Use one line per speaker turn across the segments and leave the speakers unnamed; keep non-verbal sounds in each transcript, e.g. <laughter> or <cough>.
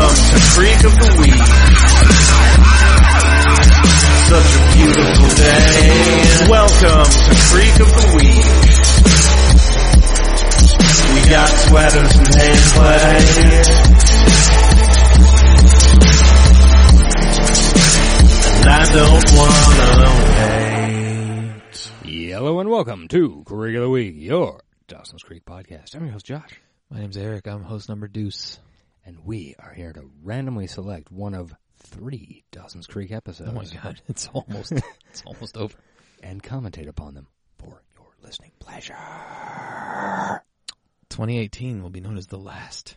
freak of the week. Such a beautiful day. Welcome to Freak of the Week. We got sweaters and hand play. And I don't wanna wait.
Yellow and welcome to Creek of the Week, your Dawson's Creek podcast. I'm your host Josh,
My name's Eric. I'm host number Deuce.
and we are here to randomly select one of three Dawson's Creek episodes
Oh <laughs> my god, it's <laughs> almost it's almost over.
and commentate upon them for your listening pleasure.
2018 will be known as the last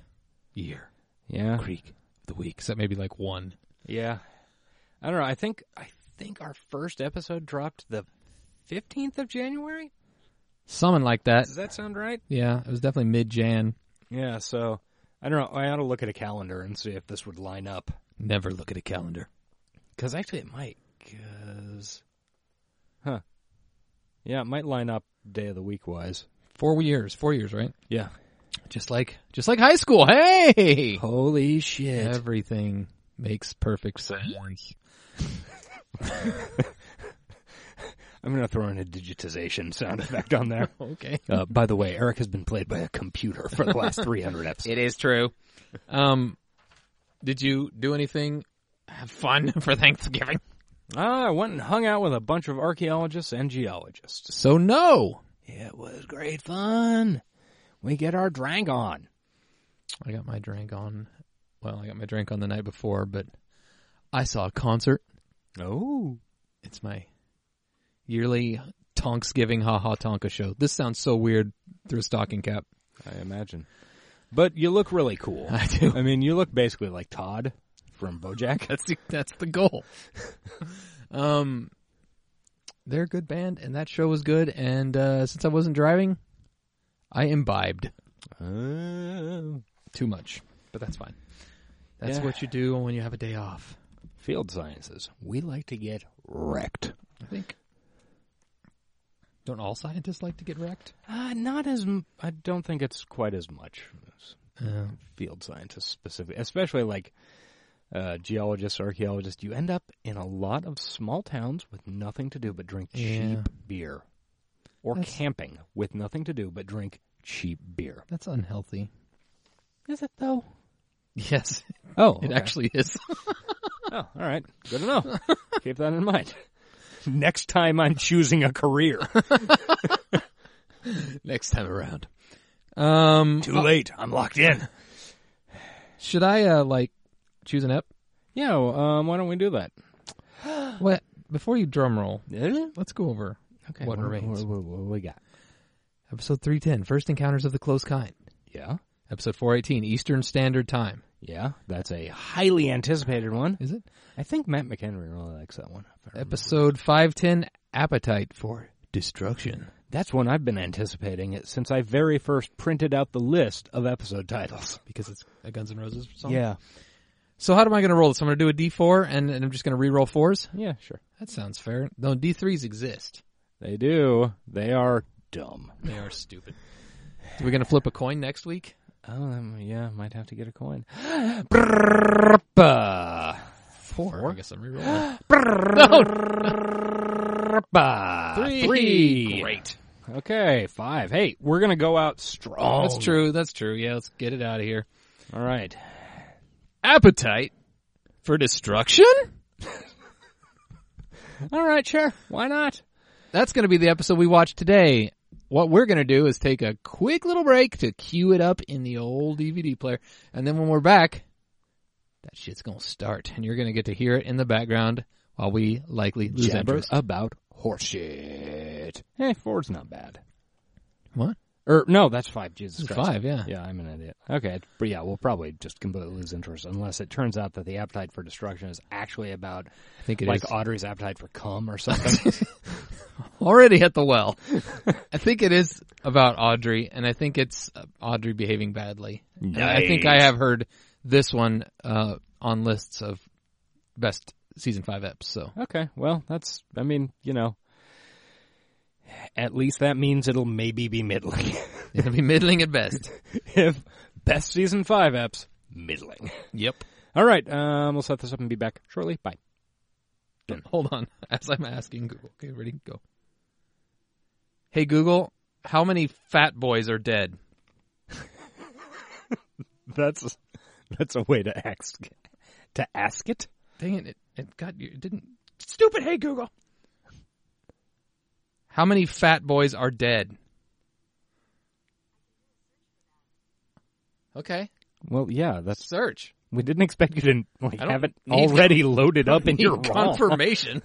year
Yeah,
creek of the week, except maybe like one.
yeah. I don't know. I think I think our first episode dropped the fifteenth of January.
Something like that.
Does that sound right?
Yeah, it was definitely mid Jan.
Yeah. So I don't know. I ought to look at a calendar and see if this would line up.
Never look at a calendar.
Because actually, it might. Because, huh? Yeah, it might line up day of the week wise.
Four years, four years, right?
Yeah.
Just like just like high school. Hey,
Holy shit!
everything makes perfect sense.
I'm gonna throw in a digitization sound effect on there.
Okay.
<laughs> Uh, by the way, Eric has been played by a computer for the <laughs> last 300 episodes.
It is true. Um, did you do anything? Have fun <laughs> for Thanksgiving.
Ah, I went and hung out with a bunch of archaeologists and geologists.
So no,
It was great fun. We get our drang on.
I got my drink on. Well, I got my drink on the night before, but I saw a concert.
Oh,
It's my yearly Tonksgiving Ha Ha Tonka show. This sounds so weird through a stocking cap.
I imagine. But you look really cool.
I do.
<laughs> I mean, you look basically like Todd from BoJack.
That's the, that's the <laughs> goal. um, they're a good band, and that show was good. And uh, since I wasn't driving, I imbibed
Uh,
too much, but that's fine. That's
Yeah.
what you do when you have a day off.
field sciences. We like to get wrecked.
I think. Don't all scientists like to get wrecked?
Uh, not as m- I don't think it's quite as much as
Uh,
field scientists specifically, especially like uh, geologists, archaeologists. You end up in a lot of small towns with nothing to do but drink
Yeah.
cheap beer, or
That's-
camping with nothing to do but drink cheap beer.
that's unhealthy.
Is it though?
<laughs> Yes,
Oh,
it
okay.
actually <laughs> is.
Oh, all right. Good to <laughs> know. Keep that in mind. Next time I'm choosing a career.
Next time around. Um,
Too late. I'm locked in.
should I uh like choose an ep?
Yeah, well, um, why don't we do that?
What before you drum roll?
Okay.
Let's go over what remains.
What, what we got?
Episode three ten: First encounters of the close kind.
Yeah.
Episode four eighteen: Eastern Standard Time.
Yeah, that's a highly anticipated one.
Is it?
I think Matt McHenry really likes that one.
Episode five ten: Appetite for Destruction.
That's one I've been anticipating it since I very first printed out the list of episode titles.
Because it's a Guns N' Roses song.
Yeah.
So how am I going to roll this? I'm going to do a D four, and, and I'm just going to re-roll fours.
Yeah, sure.
That sounds fair. No, D threes exist.
They do. They are dumb.
They are stupid. <laughs> We're going to flip a coin next week.
Oh, um, yeah, might have to get a coin. Brrpa.
Four. I guess I'm <gasps> <laughs> re-rolling.
Brrpa.
Three.
Three.
Great.
Okay, five. Hey, we're going to go out strong.
That's true. That's true. Yeah, let's get it out of here.
All right.
Appetite for destruction?
All right, sure. Why not?
That's going to be the episode we watch today. What we're going to do is take a quick little break to cue it up in the old DVD player. And then when we're back, that shit's going to start. And you're going to get to hear it in the background while we likely lose
Jabber
interest.
about horseshit. Hey, Eh, four's not bad.
What?
Or no, that's five. Jesus
It's
Christ.
five, yeah.
Yeah, I'm an idiot. Okay, but yeah, we'll probably just completely lose interest unless it turns out that the appetite for destruction is actually about
I think it is
like Audrey's appetite for
<laughs>
cum or something.
already at the well. <laughs> I think it is about Audrey, and I think it's uh, Audrey behaving badly. And I think I
Nice.
have heard this one uh, on lists of best season five eps. So
okay, well, that's. I mean, you know, at least that means it'll maybe be middling. <laughs>
it'll be middling at best.
if best season five eps middling.
Yep.
All right, um, we'll set this up and be back shortly. Bye.
<laughs> Hold on. As I'm asking Google. Okay, ready? Go. Hey Google, how many fat boys are dead?
<laughs> That's that's a way to ask to ask it.
Dang it! It, it got you. It didn't. Stupid. Hey Google. How many fat boys are dead? Okay.
Well, yeah, that's
Search.
we didn't expect you to like
I don't
have it
need-
already loaded up in
Need <laughs>
<laughs> your
confirmation.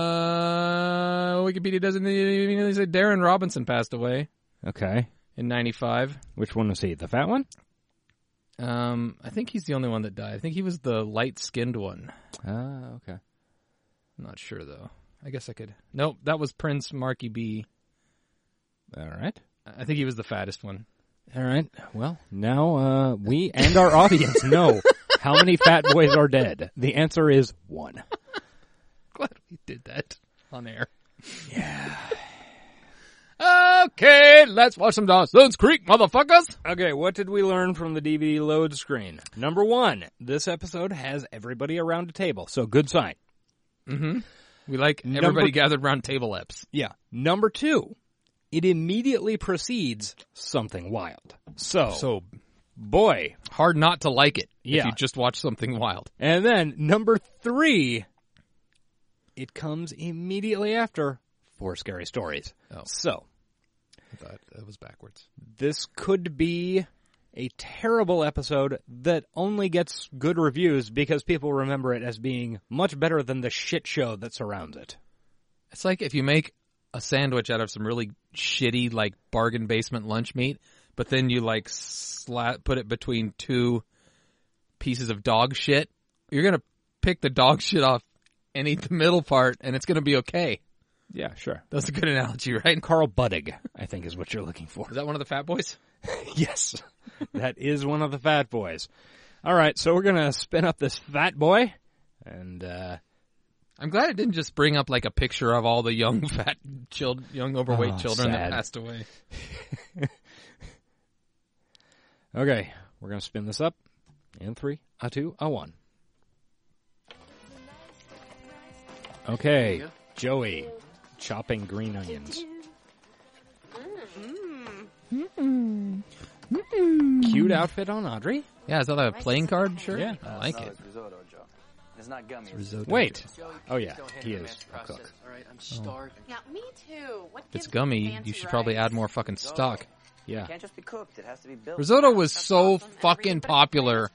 uh, Wikipedia doesn't immediately say Darren Robinson passed away
Okay,
in '95.
which one was he? The fat one?
Um, I think he's the only one that died. I think he was the light-skinned one.
Ah, okay.
I'm not sure though. I guess I could. Nope, that was Prince Marky B.
All right.
I think he was the fattest one. <laughs>
All right. Well, now uh, we and our audience know how many fat boys are dead. The answer is one.
Glad we did that on air. Yeah. <sighs> okay, let's watch some Dawson's Creek, motherfuckers.
Okay, what did we learn from the DVD load screen? Number one, this episode has everybody around a table, so good sign.
We like
Number-
everybody gathered round table apps.
Yeah. Number two, it immediately precedes something wild. So,
So
boy.
hard not to like it
Yeah.
if you just watch something wild.
And then number three, it comes immediately after four scary stories.
Oh.
So,
I thought that was backwards.
this could be a terrible episode that only gets good reviews because people remember it as being much better than the shit show that surrounds it.
It's like if you make a sandwich out of some really shitty like bargain basement lunch meat, but then you like slap put it between two pieces of dog shit. You're gonna pick the dog shit off and eat the middle part, and it's gonna be okay.
Yeah, sure.
That's a good analogy, right? Is
Carl Buttig, I think, is what you're looking for.
that one of the Fat Boys?
yes, <laughs> that is one of the fat boys. All right, so we're gonna spin up this fat boy, and uh,
I'm glad it didn't just bring up like a picture of all the young <laughs> fat child, young overweight
Oh,
children
sad.
that passed away.
okay, we're gonna spin this up. In three, a two, a one. Okay, Joey, chopping green onions. Cute outfit on Audrey.
Yeah, is that a playing card shirt?
Yeah.
I like it.
It's not gummy.
Wait. Oh yeah, he is a cook.
All right, I'm starved.
Yeah, me too. What
If it's gummy, you should probably add more fucking stock.
Yeah.
Can't just be cooked. It has to be built.
Risotto was so fucking popular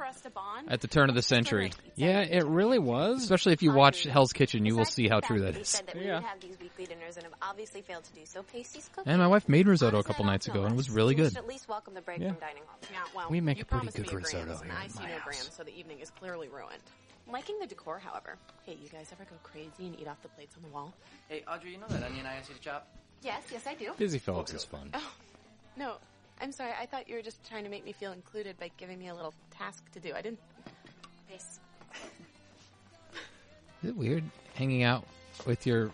at the turn of the century.
Yeah, it really was.
Especially if you watch Hell's Kitchen, you will see how true that is.
Yeah.
And my wife made risotto a couple nights ago, and it was really good.
Yeah.
we make a pretty
good risotto
risotto
here
I
at
see
my
no
house.
grams, so the evening is clearly ruined. Liking the decor, however. Hey, you guys ever go crazy and eat off the plates on the wall?
Hey, Audrey, you know that onion I asked you to chop?
Yes, yes, I do.
Busy Phillips is fun.
No, I'm sorry. I thought you were just trying to make me feel included by giving me a little task to do. I didn't. Yes.
Is it weird hanging out with your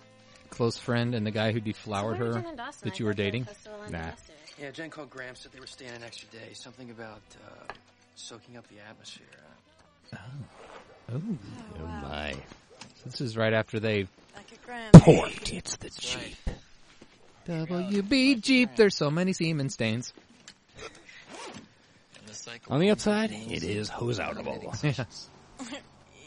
close friend and the guy who deflowered her that you were dating?
Nah.
Yeah, Jen called Graham, said they were staying an extra day. Something about uh, soaking up the atmosphere.
Oh,
Oh my.
this is right after they
Port, it's the Jeep.
WB Jeep. There's so many semen stains. <laughs>
On the outside, it is hose outable.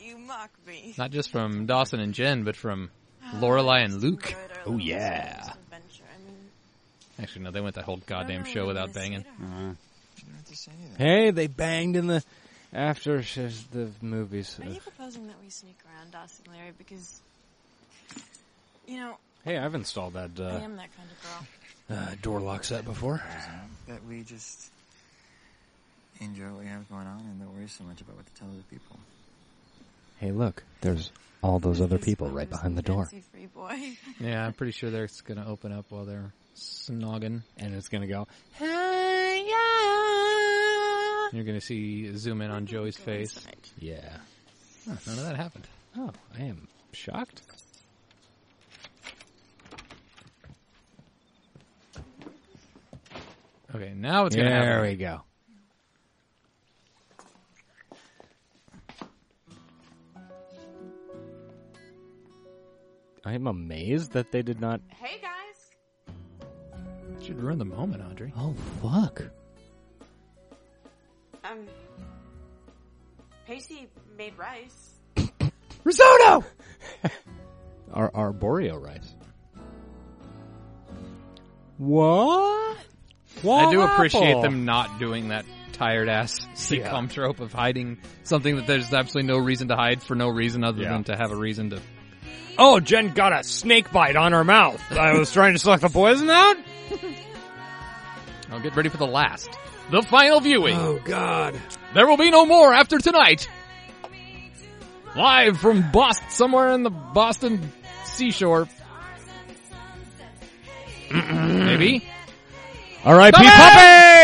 You mock me.
Not just from Dawson and Jen, but from Lorelai and Luke.
Oh, yeah.
Actually, no, they went that whole goddamn show without banging.
Hey, they banged in the after sh- the movies.
Are you proposing that we sneak around Dawson Larry because you know
Hey, I've installed that
I
uh,
am that kind of girl.
uh, door lock set before.
that we just enjoy what we have going on and don't worry so much about what to tell other people.
Hey, look, there's all those other
He's
people
one
right
of those
behind the door,
fancy free boy. <laughs>
Yeah, I'm pretty sure they're going to open up while they're snogging.
and it's gonna go.
You're going to see zoom in on Joey's face.
Yeah.
Huh, none of that happened.
Oh, I am shocked.
Okay, now it's going to
There
happen.
we go. I'm amazed that they did not.
Hey guys.
Should ruin the moment, Audrey.
Oh fuck!
Um. Pacey made rice.
Risotto.
<laughs> Our arboreal rice. What?
I do appreciate them not doing that tired ass sitcom trope of hiding something that there's absolutely no reason to hide for no reason other
Yeah.
than to have a reason to.
Oh, Jen got a snake bite on her mouth. I was trying to suck the poison out.
I'll get ready for the last, the final viewing.
God!
There will be no more after tonight. Live from Boston, somewhere in the Boston seashore. <clears throat> Maybe.
R.I.P.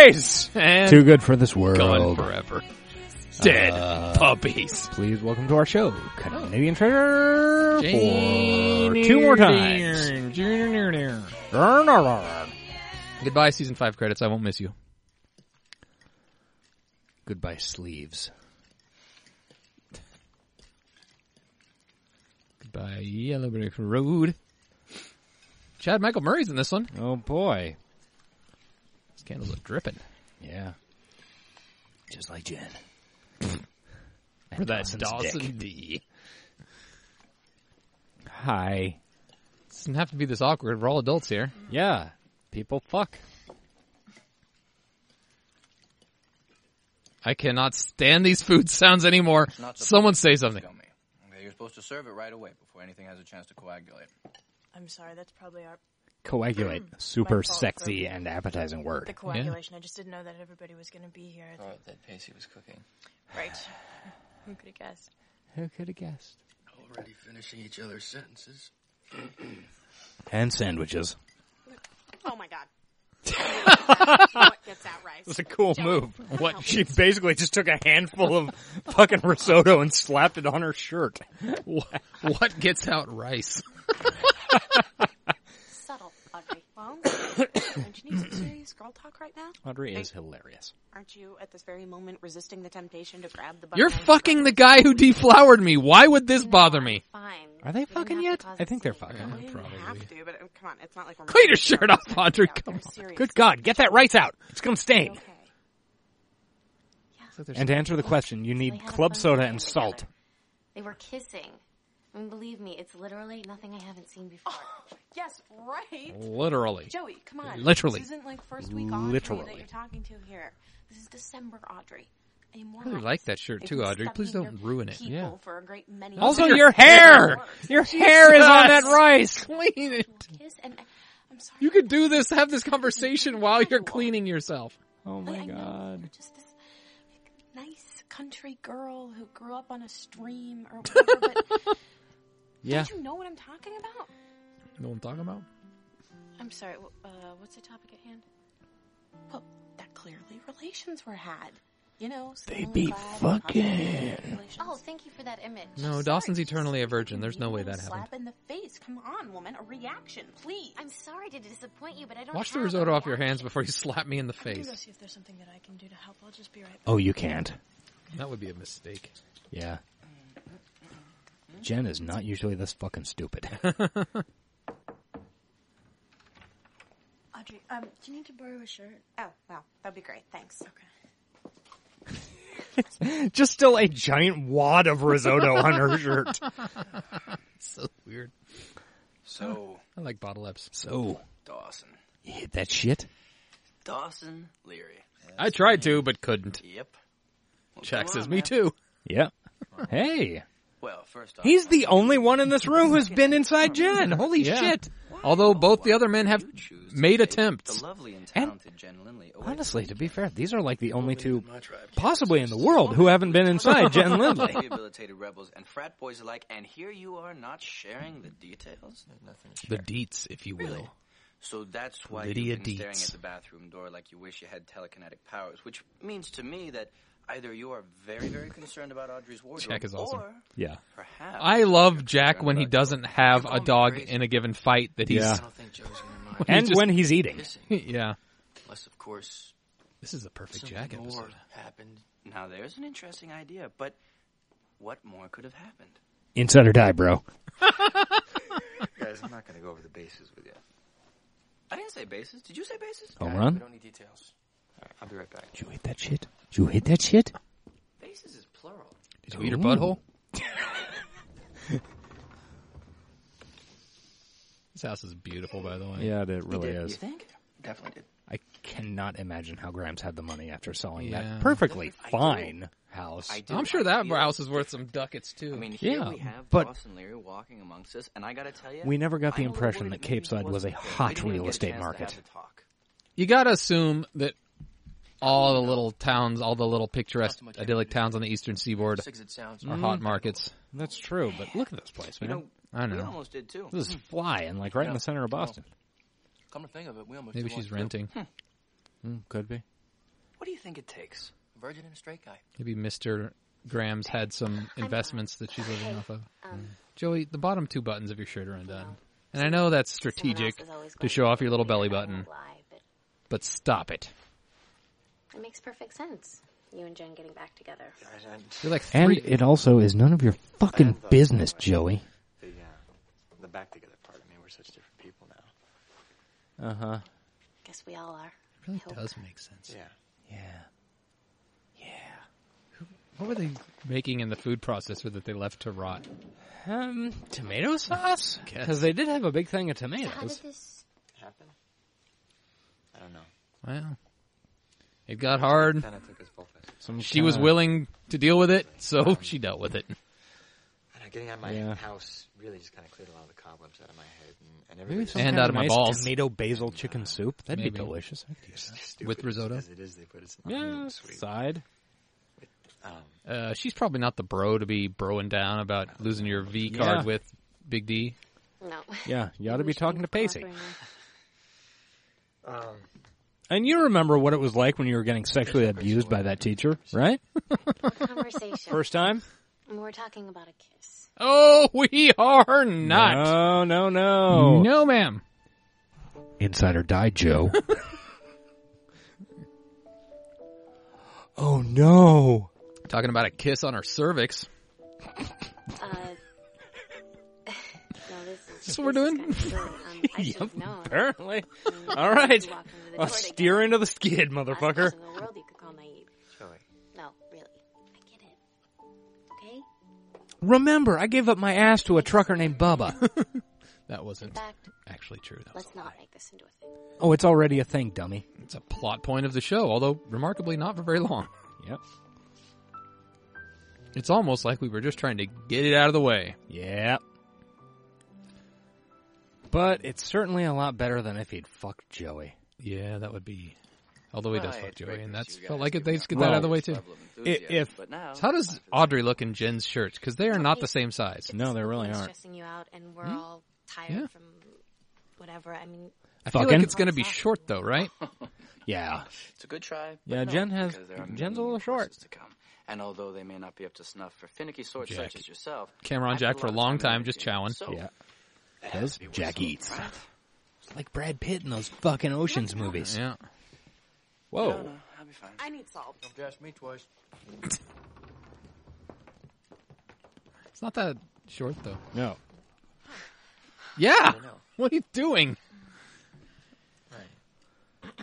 Puppies.
And
Too good for this
gone
world.
forever. Uh, Dead puppies.
Please welcome to our show, Canadian Treasure, for
Jane-
two more times.
Goodbye, season five credits. I won't miss you.
Goodbye, sleeves.
Goodbye, Yellow Brick Road. Chad Michael Murray's in this one.
Oh boy.
These candles are dripping.
Yeah. Just like <laughs> Jen.
For that
Dawson's
Dawson
dick.
D.
Hi.
Doesn't have to be this awkward. We're all adults here.
Yeah. People fuck.
I cannot stand these food <laughs> sounds anymore.
not supposed
Someone say something.
Kill me. Okay, you're supposed to serve it right away before anything has a chance to coagulate.
I'm sorry, that's probably our
Coagulate. Super
My fault,
sexy
bro.
and appetizing
the
word.
coagulation. I just didn't know that everybody was going to be here.
Oh, that Pacey was cooking.
Right. Who could have guessed?
Who could have guessed?
Already finishing each other's sentences.
And sandwiches.
Oh my
<laughs>
god. what gets that rice?
It's a cool move. What she basically just took a handful of fucking risotto and slapped it on her shirt. What?
What gets out rice?
Subtle, Audrey.
<coughs>
Well, don't you need some serious girl talk right now?
Audrey is hilarious.
Aren't you at this very moment resisting the temptation to grab the?
You're
button?
fucking the guy who deflowered me. Why would this bother me?
Fine.
Are they
You don't
fucking
have to
yet?
cause
I
a
think they're
scene.
fucking.
You don't have to, but uh, come on, it's not like we're
Clean your shirt off, Audrey. Come on.
Good God, get that rice out. It's gonna stain.
Okay.
And to answer the question, you
They
need
had a
club
fun
soda
time
and
together.
salt.
They were kissing. I mean, believe me, it's literally nothing I haven't seen
<laughs>
before.
Yes, right.
Literally.
Joey, come on.
Literally.
This isn't like first week Audrey
Literally.
that you're talking to here. This is December Audrey. I
I really like that shirt too, Audrey. Please don't ruin it. Oh.
Yeah. For a great many
Also,
years.
your hair!
<laughs>
Your hair is on that
Jesus.
rice!
<laughs> Clean it.
Kiss and uh, I'm sorry.
You could do this, have this conversation while you're cleaning yourself.
Oh
I know you're just this like, nice country girl who grew up on a stream or whatever,
<laughs>
but
Yeah.
don't you know what I'm talking about?
You know what I'm talking about?
I'm sorry. w- Uh, what's the topic at hand? Well, that clearly relations were had. You know, they be fucking.
Oh, thank you for that image.
No, Dawson's eternally a virgin. There's no way that happened.
Slap in the face. Come on, woman. A reaction, please.
I'm sorry to disappoint you, but I don't.
Wash the
have a
risotto off your hands
reaction.
before you slap me in the
I'm gonna go
face.
see if there's something that I can do to help. I'll just be right back.
Oh, you can't.
That would be a mistake.
Yeah. Jen is not usually this fucking
<laughs>
stupid. <laughs>
Audrey, um, do you need to borrow a shirt?
Oh, well, that'd be great. Thanks. Okay.
Just still a giant wad of
<laughs>
risotto on her shirt.
So weird.
So,
I like bottle ups.
So,
Dawson.
you hit that shit?
Dawson Leary.
I tried to, but couldn't.
Yep. Well,
Jack
come
says
on,
me
man.
too.
Yeah. Hey.
Well, first off,
He's the only one in this room who's been inside Jen. Holy
Yeah.
shit.
Although both the
why
other men have
you choose to
made
take
attempts.
The lovely and talented Jen Lindley. away
Honestly, to be fair, these are like the only two
My tribe.
possibly in the world who haven't been inside Jen <laughs>
<laughs>
from
Lindley.
Rehabilitated rebels and frat boys alike, and here you are not sharing the details. Nothing
The deets, if you
Really? So that's why
Lydia
you've been staring
Dietz.
at the bathroom door like you wish you had telekinetic powers, which means to me that either you are very, very concerned about Audrey's wardrobe,
Jack is awesome. Uh,
or
Yeah.
perhaps
I love Jack when he doesn't have a dog in a given fight that he's.
Yeah.
I don't think Joe's gonna
<laughs>
mind
And
just-
when he's eating.
Yeah.
kissing, unless of course
This is a perfect
something
Jack
more
episode.
happened. Now there's an interesting idea, but what more could have happened?
Insider die, bro.
Guys, I'm not going to go over the bases with you.
I didn't say bases. Did you say bases?
Home
Guys,
run?
We don't need details.
All right, I'll be right back.
Did you hate that shit? Did you hate that shit?
Bases is plural.
Did you eat her butthole? this house is beautiful, by the way.
Yeah, Oh, it really
Did you
is.
think? Definitely did.
I cannot imagine how Grimes had the money after selling
Yeah.
that perfectly
I do.
fine house.
I do.
I'm sure
I
that
feel-
house is worth some ducats too.
I mean, here
Yeah,
we have
but-
Ross and Leary walking amongst us, and I gotta tell you,
We never got the
I'm a little
impression
worried
that
maybe he
Capeside was a
wasn't there.
hot
We didn't even
real
get a
estate
chance to
market.
have the talk.
you gotta assume that all the little towns, all the little picturesque, idyllic towns on the eastern seaboard
Sick as it sounds.
Mm,
are hot markets.
That's true, but look at this place,
You
man.
know,
I don't
we
know.
almost did too.
this is flying like right in the center of Boston.
Come to think of it, we almost
Maybe
did
she's
one.
renting.
Hmm.
Mm, could be.
What do you think it takes?
Virgin and a straight guy.
Maybe Mister Graham's had some
uh,
investments that she's living off of.
um,
Hmm. Joey, the bottom two buttons of your shirt are undone, and I know that's
Someone else
strategic
is always
to
going
show off your little
be
belly
there, I
button,
won't lie, but
but stop it.
it makes perfect sense. You and Jen getting back together.
I, I,
You're like
And
three.
it also is none of your fucking
thought so,
business,
right?
Joey.
the uh, the back together part. I mean, we're such different people now.
Uh huh.
Guess we all are.
really
Hope.
does make sense.
Yeah.
Yeah.
What were they making in the food processor that they left to rot?
Um, tomato sauce?
Guess.
Because they did have a big thing of
How did
tomatoes.
this?
Happen? I
<laughs>
don't know.
Well, it got hard.
Then I took us both. Us.
Some
She was
kinda-
willing to deal with it, so <laughs> she dealt with it.
And uh, getting out of my
Yeah.
house really just kind of cleared a lot of the cobwebs out of my head and, and
Maybe
everything.
some
And
kinda
out of my
nice
balls.
Tomato basil chicken soup. That'd
Maybe.
be delicious. I could eat
It's
that.
stupid
With risotto?
As it is, they put it's not
Yeah,
really sweet.
side.
Um,
Uh, she's probably not the bro to be broing down about losing your V card
Yeah.
with Big D.
No.
Yeah, you ought to
We
be
should
talking to Pacey.
cooperating.
um,
And you remember what it was like when you were getting sexually abused by that teacher, right?
What conversation?
First time?
And We're talking about a kiss.
Oh, <laughs> we are not.
No, no, no.
No, ma'am.
Insider died, Joe. <laughs> oh no.
Talking about a kiss on her cervix.
Uh, <laughs> no, this is
what we're
this is
doing?
kinda silly. Um, I should have known.
Apparently.
I mean,
All right.
you walk into the
I'll
door together.
steer into the skid,
Last person
motherfucker.
in the world you could call naive.
Joey,
No, really. I get it. Okay?
Remember, I gave up my ass to a trucker named <laughs> Bubba.
That
In
wasn't
fact,
actually true. That was
let's
a
not
lie.
make this into a thing.
oh, it's already a thing, dummy.
It's a plot point of the show, although remarkably not for very long.
Yep.
It's almost like we were just trying to get it out of the way.
Yep. But it's certainly a lot better than if he'd fucked Joey.
Yeah, that would be. Although he does
Right,
fuck Joey,
right,
and
but
that's
you
felt
guys
like it.
do
They
not
just get that out of the way too.
Level of enthusiasm,
if-
but now,
So how does Audrey look in Jen's shirt? Because they are not the same size.
No, they really
It's
aren't.
stressing you out, and we're all tired
Yeah.
from whatever. I mean,
I feel like
Fucking-
it's going to be short though, right?
Yeah.
it's a good try. but
Yeah,
no,
Jen has-
because there are
Jen's a
many
little
more
short.
courses To come. And although they may not be up to snuff for finicky sorts
Jack.
such as yourself,
Cameron
I put
Jack for a
lot of
long
and
time just
energy in it.
chowing.
So,
Yeah.
that
Because
has to be worth
Jack
something,
eats.
right?
It's like Brad Pitt in those fucking Oceans movies.
Yeah.
No,
Whoa.
no, Uh, I'll be fine.
I need salt.
Don't ask me twice.
It's not that short though.
No.
Yeah.
know.
<laughs> What are you doing?
right.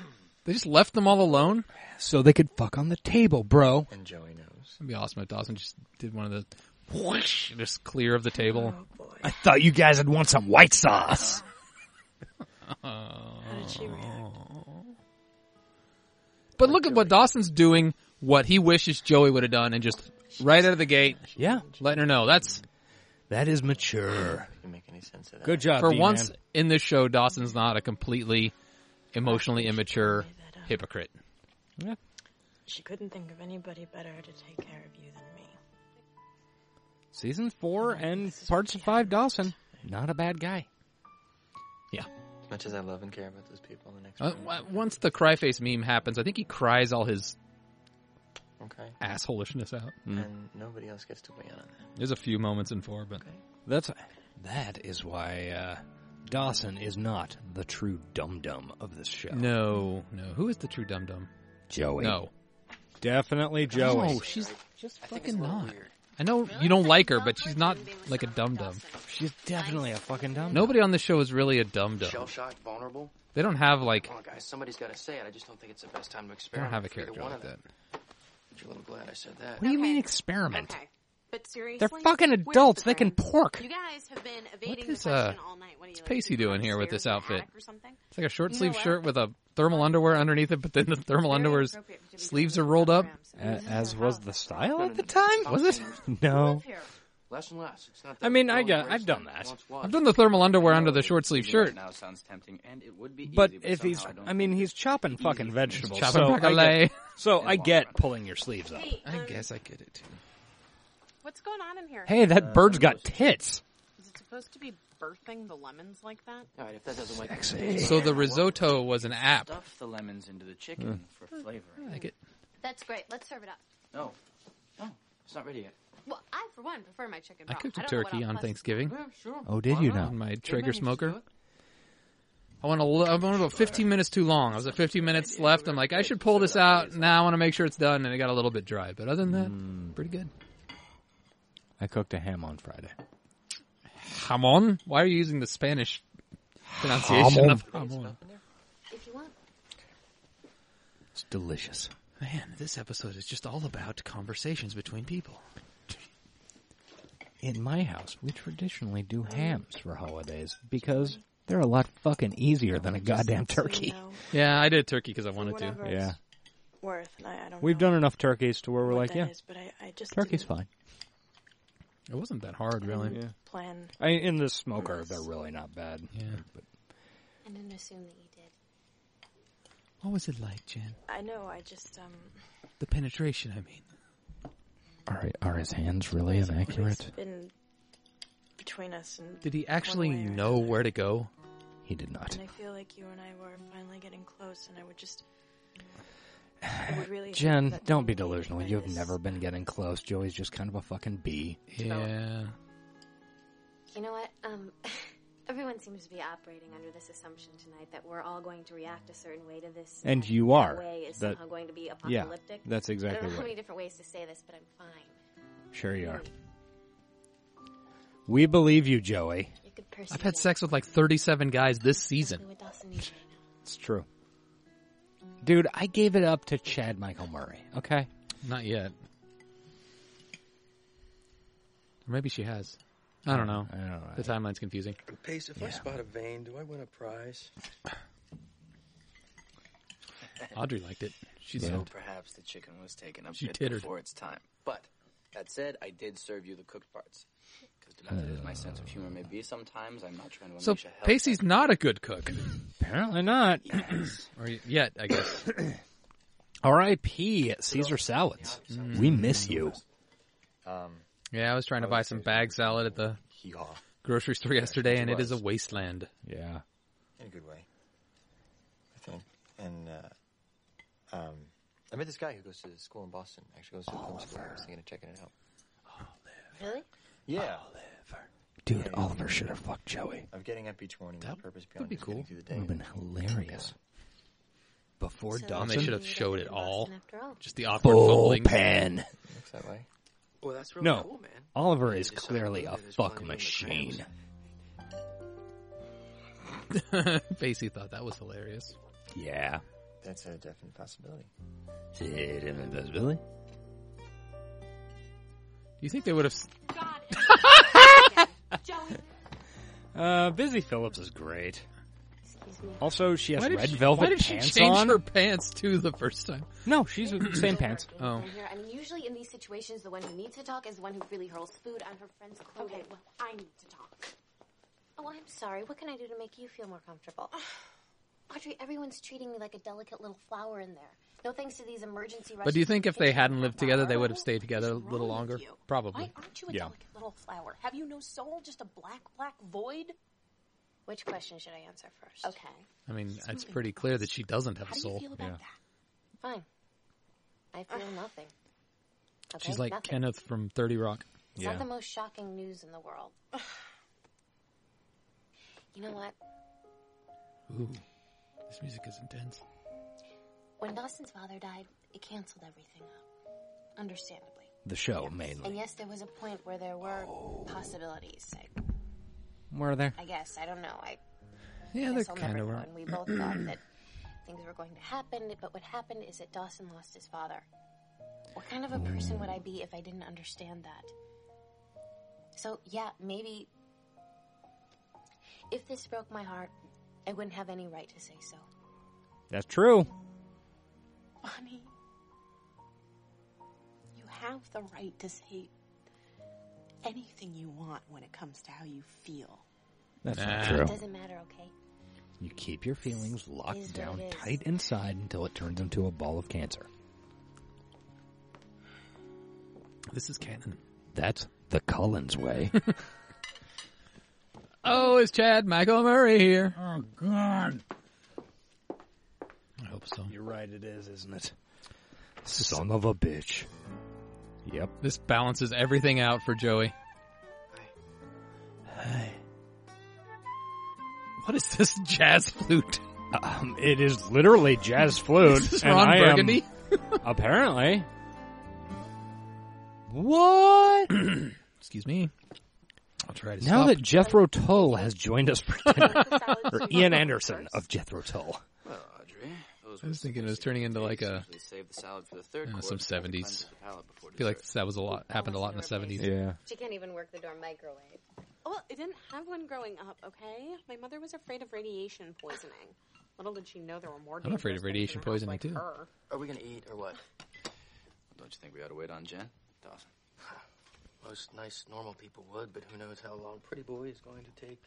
They just left them all alone.
So they could fuck on the table, bro.
And Joey knows.
It'd be awesome if Dawson just did one of the whoosh, just clear of the table.
I thought you guys would want some white sauce.
How did she react?
But look at what Dawson's doing. What he wishes Joey would have done, and just right out of the gate,
Yeah.
letting her know. That's
That is mature.
Doesn't make any sense at all.
Good job,
for
D-Man.
once in this show, Dawson's not a completely emotionally immature hypocrite.
She couldn't think of anybody better to take care of you than me.
Season four and parts of five Dawson. Not a bad guy.
Yeah.
As much as I love and care about those people, the next
Uh,
one.
w- once the cry face meme happens, I think he cries all his
Okay.
assholishness out.
And nobody else gets to weigh in on that.
There's a few moments in four, but
That's that is why uh, Dawson is not the true dum dum of this show.
no, no. Who is the true dum dum?
Joey.
No,
Definitely Joey. Oh,
no, she's just
I think it's a
fucking
little
not.
weird.
I know you don't like her, but she's not like a dum dum.
She's definitely a fucking dumb.
Nobody on the show is really a dum dum.
Shell shocked, vulnerable.
They don't have like
Come on, guys, somebody's got to say it. I just don't think it's the best time to
they don't
experiment.
have a
with either
character
one
like
of
that.
them. But you're a little glad I said that.
What do you
Okay.
mean experiment?
Okay. But seriously,
They're fucking
where's the
adults. They
burn?
can pork.
You guys have been evading
is,
the question
uh,
all night. What are you,
what's Pacey doing here with this outfit?
Or something?
It's like a short sleeve
know what?
shirt with a thermal underwear underneath it, but then the thermal underwear's sleeves are rolled up.
As was the style
at
at
the
the time, was it? <laughs> No.
Less and less. It's not.
I mean, I get- I've done that.
I've done the thermal underwear under the short sleeve
Even
shirt.
right Now sounds tempting, and it would be
But
easy,
if he's,
somehow
I mean, he's chopping fucking vegetables.
Chopping
so I
broccoli.
get, so I get pulling your sleeves up.
Hey, um,
guess I get it too.
what's going on in here?
Hey, that
uh,
bird's got tits.
Is it supposed to be birthing the lemons like that?
All right, if that doesn't make
So the risotto was an app.
Stuff the lemons into the
Hmm.
chicken for flavoring.
I like it.
That's great. Let's serve it up.
No, no, it's not ready yet.
Well, I for one prefer my chicken.
I
broth.
cooked a
don't know what
turkey
I'll
on
fuss-
Thanksgiving
sure.
Oh, did you
on
now?
my Traeger smoker. I went a li- I went about 15 minutes too long. I was at 15 minutes left. I'm like, I should pull this out now. I want to make sure it's done, and it got a little bit dry. But other than that, pretty good.
I cooked a ham on Friday.
Jamon? Why are you using the Spanish pronunciation of jamon?
If you want.
It's delicious.
Man, this episode is just all about conversations between people.
In my house, we traditionally do
Oh.
hams for holidays because they're a lot fucking easier than a goddamn turkey.
Yeah, I did turkey because I wanted to.
Whatever
Yeah.
it's worth. and I, I don't
We've
know
done enough turkeys to where we're
what
like,
that
yeah,
is, but I, I just
turkey's
didn't
fine.
It wasn't that hard, really.
Yeah.
plan.
I, in the smoker, they're really not bad.
Yeah.
But
I didn't assume that you did.
What was it like, Jen?
I know. I just um.
The penetration, I mean.
are are his hands really
It's
inaccurate?
always been between us, and
Did he actually
way or
know where to go?
He did not.
and I feel like you and I were finally getting close, and I would just. I would really. hope
<sighs> Jen,
that
don't be
maybe
delusional.
by
You've
this-
never been getting close. Joey's just kind of a fucking bee.
Yeah.
You know what? Um, <laughs> everyone seems to be operating under this assumption tonight that we're all going to react a certain way to this,
And
that
you
that
are.
way is
That-
somehow going to be apocalyptic.
that's
I
exactly
don't know how
what-
many different ways to say this, but I'm fine.
Sure you are. We believe you, Joey.
You could pursue
I've had
that.
sex with like 37 guys this
Do
season.
what Dawson needs right now.
It's true. Dude, I gave it up to Chad Michael Murray, okay?
Not yet. Or maybe she has. I don't know.
I don't know.
The timeline's confusing.
Pace, if I spot a vein, do I win a prize?
Audrey liked it. She's
Yeah.
hooked.
Perhaps the chicken was taken up
She
bit
tittered.
before its time. But that said, I did serve you the cooked parts. Because demented as my sense of humor may be sometimes, I'm not trying to
So
unleash a hell.
Pacey's not a good cook.
Apparently <clears throat> not.
Or y- yet, I guess.
R.I.P. Caesar Salads.
Mm.
We miss you.
Yeah, I was trying to buy some bag salad at the
Yeehaw.
grocery store yesterday, and it is a wasteland.
Yeah.
In a good way. I think. And, uh, um, I met this guy who goes to school in Boston. Actually goes to
Oh,
film school. I was thinking of checking it out.
Really?
Yeah.
Dude, Oliver should have fucked Joey.
I'm getting up each morning
That
with purpose beyond
would be
just getting
cool.
through the
Would have
day.
been hilarious. Before
So
Dawson?
you
They should have
ended up
showed
in
it all.
Boston After all.
Just the awkward fumbling.
Bullpen.
Looks that way.
Well, that's really cool,
No,
man.
Oliver is
You decide
clearly a
whether there's
fuck
money in the
machine.
cramps.
<laughs> Pacey thought that was hilarious.
Yeah.
That's a definite possibility.
Really?
Do you think they would have? s-
Got it.
Joey,
Uh, Busy Phillips is great.
excuse me.
Also, she has
Why did
red
she-
velvet
Why did she
pants
change
on.
her pants too the first time?
No, she's with the same pants.
Oh.
Here. I mean, usually in these situations, the one who needs to talk is the one who really hurls food on her friend's clothes.
Okay,
well, I need to talk. Oh, I'm sorry. What can I do to make you feel more comfortable? <sighs> Audrey, everyone's treating me like a delicate little flower in there. No thanks to these emergency
But do you think if they hadn't lived together, they would have stayed together a little longer?
Why
Probably.
aren't you a
Yeah.
delicate little flower? Have you no soul? Just a black, black void?
Which question should I answer first?
Okay.
I mean, it's pretty clear that she doesn't have
How
a
do you
soul.
feel about that?
Fine. I feel nothing. Okay?
She's like
nothing.
Kenneth from Thirty Rock.
It's
Yeah.
not the most shocking news in the world. <sighs> you know what?
Ooh, this music is intense.
When Dawson's father died, it canceled everything up. Understandably.
the show
And
mainly.
yes, there was a point where there were possibilities. I,
Were there?
I guess I don't know. I
Yeah, they're
guess I'll
kind
never
of
know.
wrong.
And we both thought that things were going to happen, but what happened is that Dawson lost his father. What kind of a person would I be if I didn't understand that? So yeah, maybe if this broke my heart, I wouldn't have any right to say so.
That's true.
Bonnie, you have the right to say anything you want when it comes to how you feel.
That's
Nah.
not true.
It doesn't matter, okay?
You keep your feelings
Is
locked
what
down
it is.
tight inside until it turns into a ball of cancer.
This is canon.
That's the Collins <laughs> way.
Oh, is Chad Michael Murray here?
oh God!
I hope so.
You're right. It is, isn't it? Son of a bitch. Yep.
This balances everything out for Joey. What is this jazz flute?
Um, it is literally <laughs> jazz flute.
Is this
and
Ron
I am-
Burgundy?
<laughs> apparently. What?
Excuse me. I'll try to
now
stop.
that Jethro Tull has joined us, for dinner, or Ian Anderson of Jethro Tull.
Well,
Oh,
Audrey, those
I was thinking it was turning into like a.
save the salad for the third
you know,
course.
some
and
70s.
then cleanse the palate before
I feel like
dessert.
that was a lot happened a lot in the seventies.
Yeah.
She can't even work the darn microwave.
Well, I "Oh, didn't have one growing up, okay? My mother was afraid of radiation poisoning. Little did she know there were more
I'm afraid
dangerous
of radiation
things in the house
poisoning,
like
too.
her.
Are we going to eat or what? Don't you think we ought to wait on Jen? Dawson.
<sighs> Most nice, normal people would, but who knows how long Pretty Boy is going to take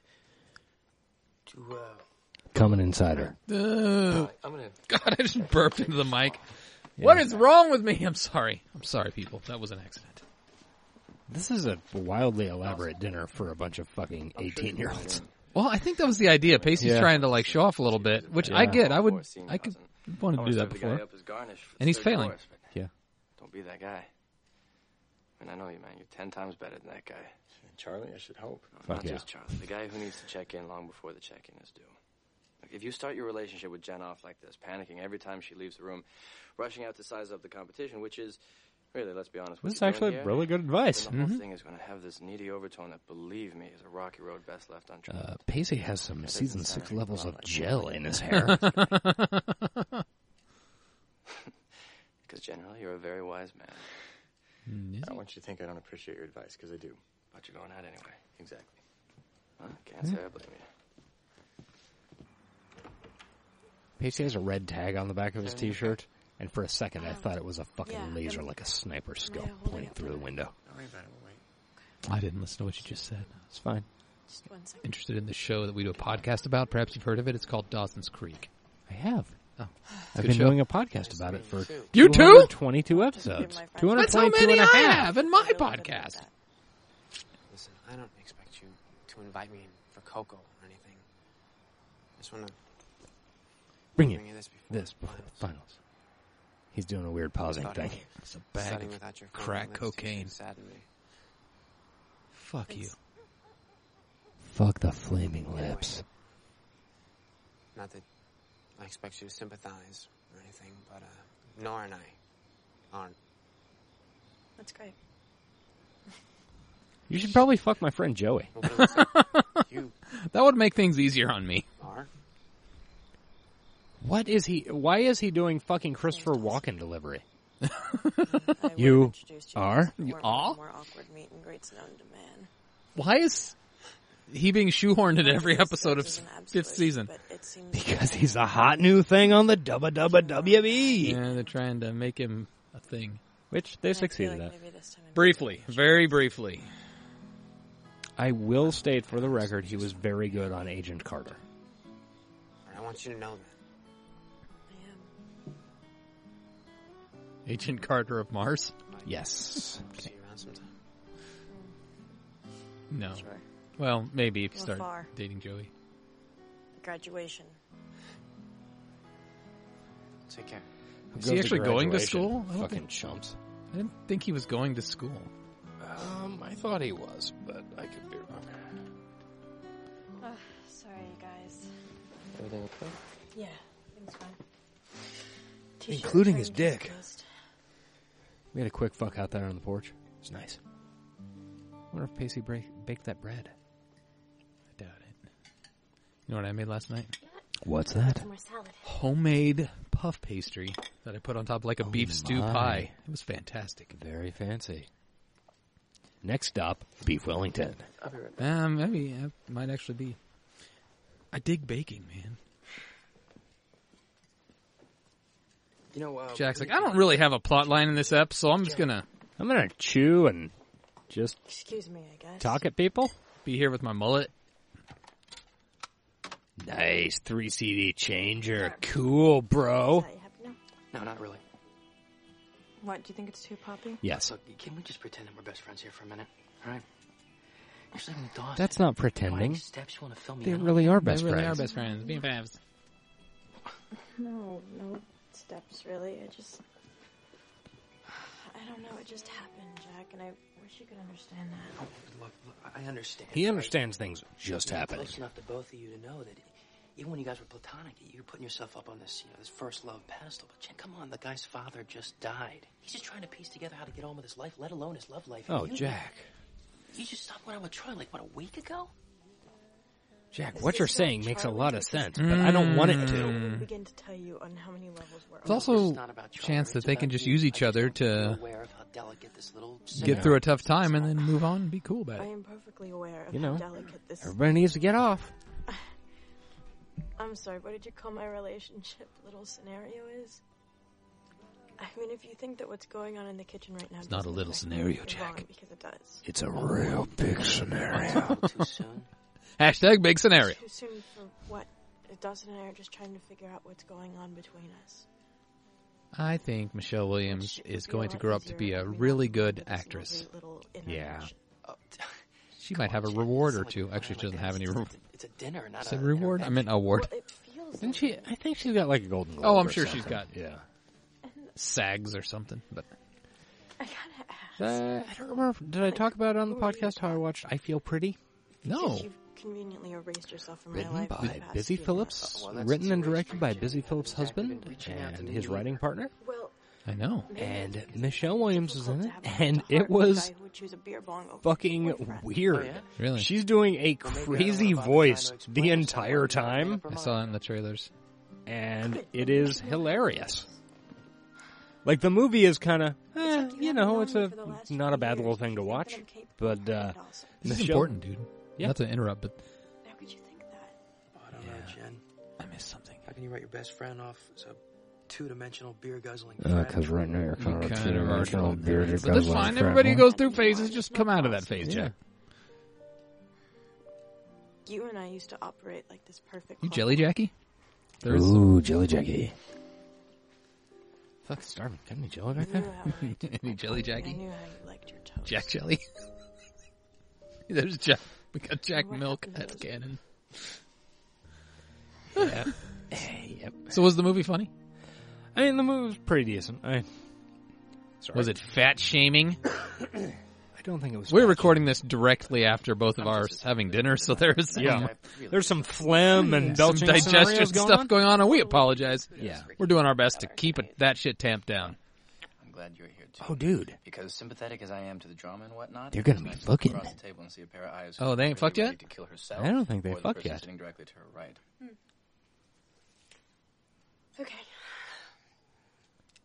to, uh...
Come an insider.
I- I'm gonna...
<laughs> God, I just burped into the mic. What is wrong with me? I'm sorry. I'm sorry, people. That was an accident.
This is a wildly elaborate dinner for a bunch of fucking 18 year olds.
Well, I think that was the idea. Pacey's
Yeah.
trying to like show off a little bit, which I
Yeah.
get. I would.
Seeing
I could
Dawson.
wanted to
I wanna
do that
serve the guy
before.
up as garnish for the
And he's
third
failing.
course, but
Yeah.
Don't be that guy. I mean, I know you, man. You're ten times better than that guy.
Charlie, I should hope.
Not
yeah.
just Charlie, the guy who needs to check in long before the check-in is due. Like, if you start your relationship with Jen off like this, panicking every time she leaves the room, rushing out to size up the competition, which is really, let's be honest, what
This is
you're
actually
doing here,
really good advice. Mm-hmm.
then the whole thing is going to have this needy overtone that, believe me, is a rocky road best left untried.
Uh, Pacey has some season six levels of gel in his hair.
<laughs>
Because generally, you're a very wise man,
Hmm,
I don't want you to think I don't appreciate your advice, because I do.
but you're going out anyway.
Exactly.
Huh? Can't
Hmm.
say I blame you.
Pacey has a red tag on the back of his t-shirt, and for a second
Um,
I thought it was a fucking
Yeah,
laser,
and-
like a sniper scope,
holding
pointing
it
through the window.
"Oh,
Don't worry about it. We'll wait.
I didn't listen to what you just said.
It's fine.
Just one second.
Interested in the show that we do a podcast about? Perhaps you've heard of it. It's called Dawson's Creek.
I have.
Oh,
I've
good
been
show.
doing a podcast about it for
You too?
22 episodes,
my friend-
That's how
222
many
and a
I
half.
have in my
Really good at
podcast.
that.
Listen, I don't expect you to invite me in for cocoa or anything. I just want to
Bring
bring you
it.
this before
This before the finals. He's doing a weird pausing thing.
It's a
Starting
bag.
without your phone
crack
and lipstick
cocaine.
should Sadden me.
Fuck you.
Fuck the flaming lips.
Not that I expect you to sympathize or anything, but uh, Nora and I aren't.
That's great.
You should probably fuck my friend Joey.
Well, what do we say?
<laughs>
you
That would make things easier on me.
are.
What is he? Why is he doing fucking Christopher Walken delivery?
I would
You
introduce you
are?
as
You
one of
are?
the More awkward meet and greets known to man.
Why is he being shoehorned in every
This
episode of
is an absolute,
fifth season?
but it seems
Because he's a hot new thing on the Dubba Dubba WB.
Yeah, they're trying to make him a thing.
Which they
I feel
succeeded
like
at.
maybe this time I'm
Briefly, very briefly.
I will state for the record, he was very good on Agent Carter.
And I want you to know that.
I am.
Agent Carter of Mars?
Yes.
See you around sometime.
No.
Sure.
Well, maybe if you
Well,
start
far.
dating Joey.
Graduation.
Take care.
Is he actually going to school? I don't
Fucking
think-
chumps.
I didn't think he was going to school.
Um, I thought he was, but I could be wrong.
Sorry, you guys.
Everything okay?
Yeah, things fine. T-shirt
Including his
turned
dick.
closed.
We had a quick fuck out there on the porch. It's nice.
wonder if Pacey break, baked that bread. I doubt it. You know what I made last night?
What's that?
More salad.
Homemade puff pastry that I put on top of like a beef stew
my.
pie. It was fantastic.
Very fancy. Next stop, Beef Wellington.
I'll be right back.
Um, maybe it might actually be. I dig baking, man.
You know, uh,
Jack's
what do
like, I
you-
don't really have a plot line in this ep, so I'm just gonna
I'm gonna chew and just
Excuse me, I guess.
talk at people.
be here with my mullet.
Nice three CD changer. Cool, bro.
Sorry, you happy now?
No, not really.
What, do you think it's too poppy?
Yes,
Look, can we just pretend that we're best friends here for a minute? All right. You're sleeping with Dawson.
that's not
Why do you
pretending.
steps you want to film me
They
out?
really are best
they really
friends.
are best friends. Being fabs.
No, no steps really. I just. I don't know, it just happened, Jack, and I wish you could understand that.
Look, look, I understand.
He
right?
understands things just
It's
happen.
Close enough to both of you to know that even when you guys were platonic, you're putting yourself up on this, you know, this first love pedestal. But Jen, come on, the guy's father just died. He's just trying to piece together how to get on with his life, let alone his love life.
Oh,
you,
Jack.
You just stopped when I was Troy, like what a week ago.
Jack,
Is
what
this
you're
not
saying makes a
Charlie?
lot of
This is-
sense, but I don't want it to.
I begin to tell you on how many levels we're
It's also
This is not about Troy,
chance that
it's
they can
about
just
you.
use each
I
other
don't think you're
to
aware of how delicate this little
Get
sinner
through a
is.
tough time and then move on and be cool about
I
it.
am perfectly aware of
You know,
how delicate this
Everybody needs to get off.
I'm sorry, what did you call my relationship little scenario is? I mean, if you think that what's going on in the kitchen right now it's
not a little scenario, Jack.
because it does.
It's a real big scenario.
A little
<laughs>
too soon.
Hashtag big scenario.
Too soon for what? Dawson and I are just trying to figure out what's going on between us.
I think Michelle Williams
Which would
is
be a
going to
lot
grow up to
easier
be
if
a
we
really
not
good
had this
actress.
lovely little
Yeah.
interaction.
Oh,
She might have a
Jen,
reward
it's
or
like
two.
a
Actually, she
dinner
doesn't
like
have
this. <laughs>
any re-
It's a dinner, not
said
a
reward. I meant award.
Well, it feels.
Didn't
like
she?
it.
I think she's got like a golden globe.
Oh, I'm
or
sure she's
something.
got-
Yeah.
<laughs> Sags or something. But
I gotta ask.
Uh, I don't remember. Did I talk about it on the
Who are you?
podcast how I watched I Feel Pretty?
no,
Since you've conveniently erased yourself from my
Written
life. for the
by
past
Busy
few
Phillips,
well, that's
written and
inspiration
directed by
for Jen.
Busy Phillips'
Exactly, been
husband
reaching out to
and
me
his
to-
writing partner,
months. Well,
I know.
maybe it's
and
because it's
Michelle
so
Williams is in
difficult
it,
to have a
and
heart to
it
heart with a
was
guy who would choose a beer bong over your
fucking
boyfriend.
weird.
Oh, yeah?
Really?
She's doing a
maybe I don't
crazy
wanna bother
voice
trying to
the
explain
entire
to someone who made
time,
up her
I
mind.
saw that in the trailers.
and it is hilarious. Like the movie is kind of, eh,
Like,
you
haven't
know,
known
it's
me
a
for the last
not a
few
bad little
years.
thing to
You think
watch,
that I'm capable
but
of it
uh,
also?
This is
Michelle-
important, dude.
Yeah.
Not to interrupt, but
How could you think that?
I don't know, Jen.
I missed something.
How can you write your best friend off as a two-dimensional beer-guzzling
right
Uh,
now you're
You
kind of
kind of already
two-dimensional
went
beard.
there. But that's fine. Everybody who goes through phases. Just come out of that phase,
Yeah.
Jack.
You and I used to operate like this perfect.
You
couple.
jelly Jackie? There is
Ooh, Jelly Jackie.
fuck, starving. Got any jelly
I
back
knew
there?
how
<laughs>
I liked
any jelly
I
Jackie?
knew how you liked your toast.
Jack jelly. <laughs> There's Jack. We got Jack
What
<laughs>
milk
happened
at
was-
cannon. <laughs>
Yep.
So was the movie funny?
I mean, the movie was pretty decent. I sorry.
Was it fat shaming?
I don't think it was.
We're
bad.
recording this directly after both of ours having dinner, so there is <laughs> some,
Yeah, there's some phlegm and
some
belching
digestion
scenarios going
stuff
on.
going on, and we apologize.
Yeah.
We're doing our best to keep it, that shit tamped down.
I'm glad you're here too.
Oh, dude.
Because sympathetic as I am to the drama and whatnot,
They're gonna be
I just
fucking.
Across the table and see a pair of eyes
Oh, they ain't
really
fucked
ready
yet?
To kill herself,
I don't think they
or the
fucked
person
yet.
Sitting directly to her right.
Okay.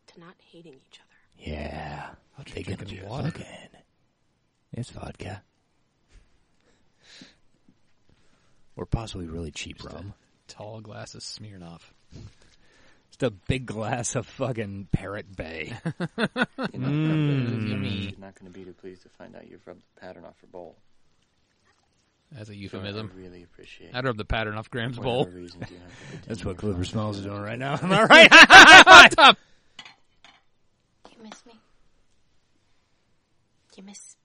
to not hating each other.
Yeah, they gonna be
water.
fucking. It's vodka, or possibly really cheap rum.
Tall glass of Smirnoff.
Just a big glass of fucking Parrot Bay.
You're not
Mm.
gonna be-
yummy.
you're not going to be too pleased to find out you've rubbed the pattern off her bowl.
That's a
So
euphemism.
I really appreciate.
I'd rub the pattern off Graham's
whatever
bowl.
reasons you have for continuing
<laughs> That's what
your
Clifford
conversation.
Smalls is doing <laughs> right now. Am I right?
You miss me? You miss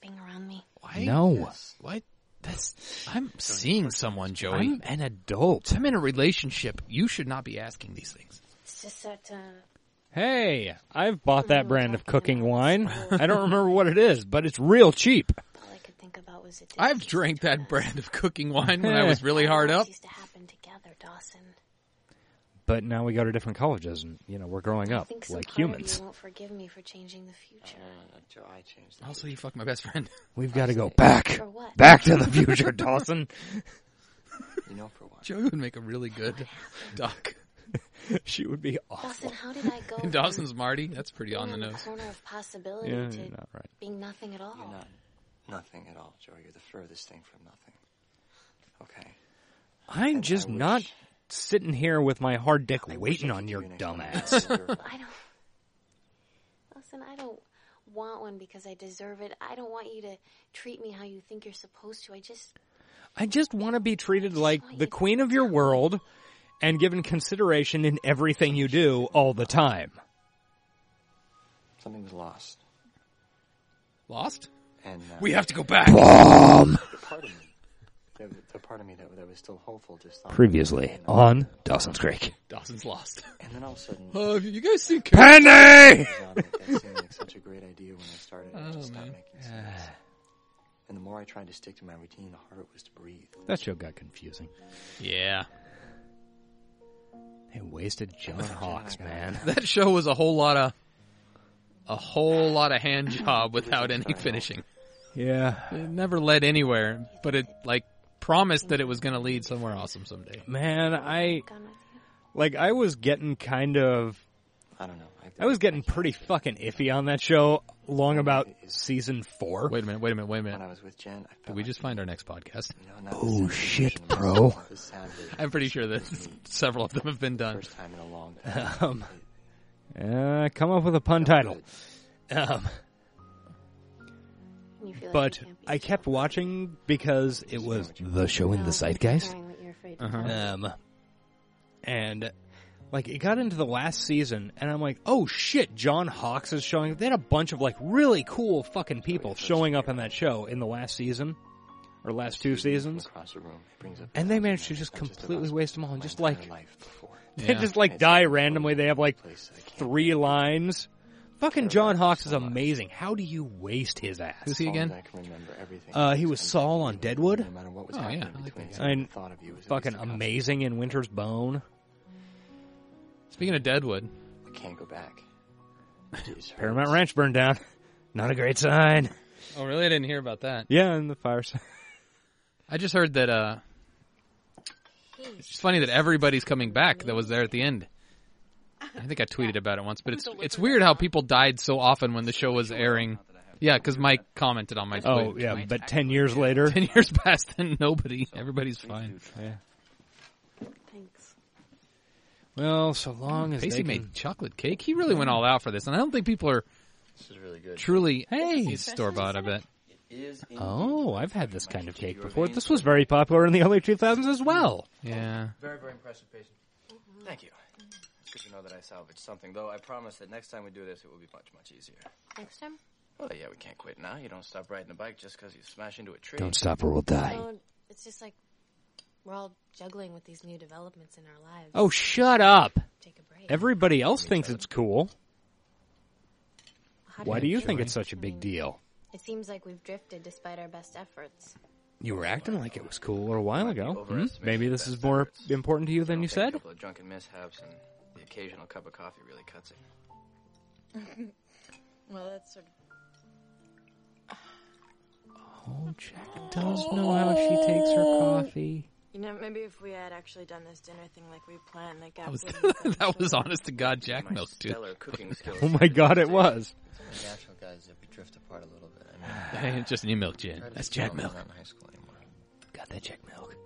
being around me?
Why?
No.
Why? That's. I'm seeing someone, Joey.
I'm an adult.
I'm in a relationship. You should not be asking these things.
It's just that, uh,
Hey, I've bought that brand of cooking
Talking
<laughs> wine.
about
I don't remember what it is, but it's real cheap.
all I could think about was it.
I've drank that brand of cooking wine when I was really
It
hard up.
used to happen together, Dawson.
But now we go to different colleges, and you know we're growing
I
up
think some
like
part of
humans.
You won't forgive me for changing the future.
Uh,
Uh,
Joe, I changed that.
<laughs> Also, you fucked my best friend.
We've got to go
For
back,
what?
back to the future, Dawson. <laughs>
You know, for
<laughs>
what?
Joey would make a really good doc.
she would be
Dawson,
awful.
how did I go?
And <laughs> Dawson's Marty. That's pretty
from
on the
being
nose.
corner of possibility
Yeah,
to
you're not right.
being nothing at all.
You're not nothing at all, Joe. You're the furthest thing from nothing. Okay.
I'm
And
just
I wish-
not sitting here with my hard dick
I wish I
waiting
could
on
give
your
you an
dumb
explanation
ass.
for your-
I don't. Listen, I don't want one because I deserve it. I don't want you to treat me how you think you're supposed to. I just
I just want to be treated like
want you
the
to
queen of your world and given consideration in everything you do all the time.
Something's lost.
Lost?
And uh,
We have to go back.
the part of me, the, the part of me that, that was still hopeful just thought,
Previously
you know,
on Dawson's Creek.
Dawson's lost.
And then all of a sudden,
Uh, have you guys seen? Car-
Penny!
it was on, like, that seemed like such a great idea when I started. and it
Oh,
just stopped making sense. And the more I tried to stick to my routine, the harder it was to breathe.
That show got confusing.
yeah,
They wasted John Hawks, man.
that show was a whole lot of a whole lot of hand job without any finishing.
Yeah.
It never led anywhere, but it like promised that it was going to lead somewhere awesome someday.
Man, I,
gone with you.
like, I was getting kind of,
I don't know. I've-
I was getting pretty fucking iffy on that show long about season four.
Wait a minute. Wait a minute. Wait a
When I
minute.
was with Jen, I felt
Did we
like,
just find our next podcast?
you know, not the
Oh,
sound
shit,
version, but
bro.
the sound version.
<laughs> I'm pretty sure that several of them have been done.
First time in a long time.
Um, uh, come up with a pun title. Um,
And you feel like
but
you can't be
I kept watching because it was the show in
No,
the
I'm
zeitgeist.
comparing Oh, what you're afraid to
Uh-huh.
tell me.
Um, and like it got into the last season, and I'm like, oh shit, John Hawks is showing. They had a bunch of like really cool fucking people showing up in that show in the last season or last <laughs> two seasons,
Across the room, it brings up
and they
thousands
managed to
of
just
memories, not
completely
about
waste them all and
my
just
entire
like
life before.
they
Yeah.
just like die randomly. They have like three lines. Fucking John Hawks is amazing. How do you waste his
Who's
ass?
he
As long as
again?
I can remember everything.
Uh, he
Just
was
unpacking
Saul on
everything,
Deadwood.
No matter what was
Oh,
happening
yeah, I like
between
that
us,
guy.
And
the thought of you was at
Fucking
least a constant.
amazing in Winter's Bone.
Speaking of Deadwood,
I can't
<laughs>
go back. Jeez,
Paramount
hurts.
Ranch burned down. <laughs> Not a great sign.
oh really? I didn't hear about that.
Yeah, and the fire.
I just heard that. uh It's just funny that everybody's coming back. That was there at the end. I think I tweeted about it once, but it's it's weird how people died so often when the show was airing. Yeah, because Mike commented on my
Oh
tweet.
yeah, but ten years later.
<laughs> Ten years passed and nobody, everybody's fine.
Thanks.
Well, so long as
Pacey
they can-
made chocolate cake. He really went all out for this, and I don't think people are
This is really good.
truly. Hey, it's store bought. I bet.
Is indeed
Oh, I've had this kind of cake
Your
before.
veins
This was very popular in the early 2000s as well.
Yeah.
Very, very impressive, patient. Thank you. It's good to know that I salvaged something, though I promise that next time we do this, it will be much, much easier.
Next time,
Well, yeah, we can't quit now. You don't stop riding a bike just because you smash into a tree.
Don't stop or we'll die.
no, it's just like we're all juggling with these new developments in our lives.
Oh, shut up!
Take a break.
Everybody else thinks it's cool.
How
Why do you think
feel?
it's such a big deal?
It seems like we've drifted despite our best efforts.
You were acting like it was cool a while ago. Hmm?
Overestimating
Maybe this
best
is more
efforts.
important to you than
Don't
you
think A
said.
couple of drunken mishaps and the occasional cup of coffee really cuts it.
Well, that's sort of.
Oh, Jack does know how she takes her coffee.
You know, maybe if we had actually done this dinner thing like we planned, that gap
<laughs> That was, <laughs>
<laughs>
wouldn't have been
that
so
was honest to God Jack
My
milk too.
stellar cooking skills.
Oh my god, it
<laughs>
was.
natural guys that we drift apart a little bit. I
<sighs>
mean,
Just an email, Jen.
I
That's
just
Jack
don't know,
milk.
I'm Not in high school anymore.
Got that Jack milk.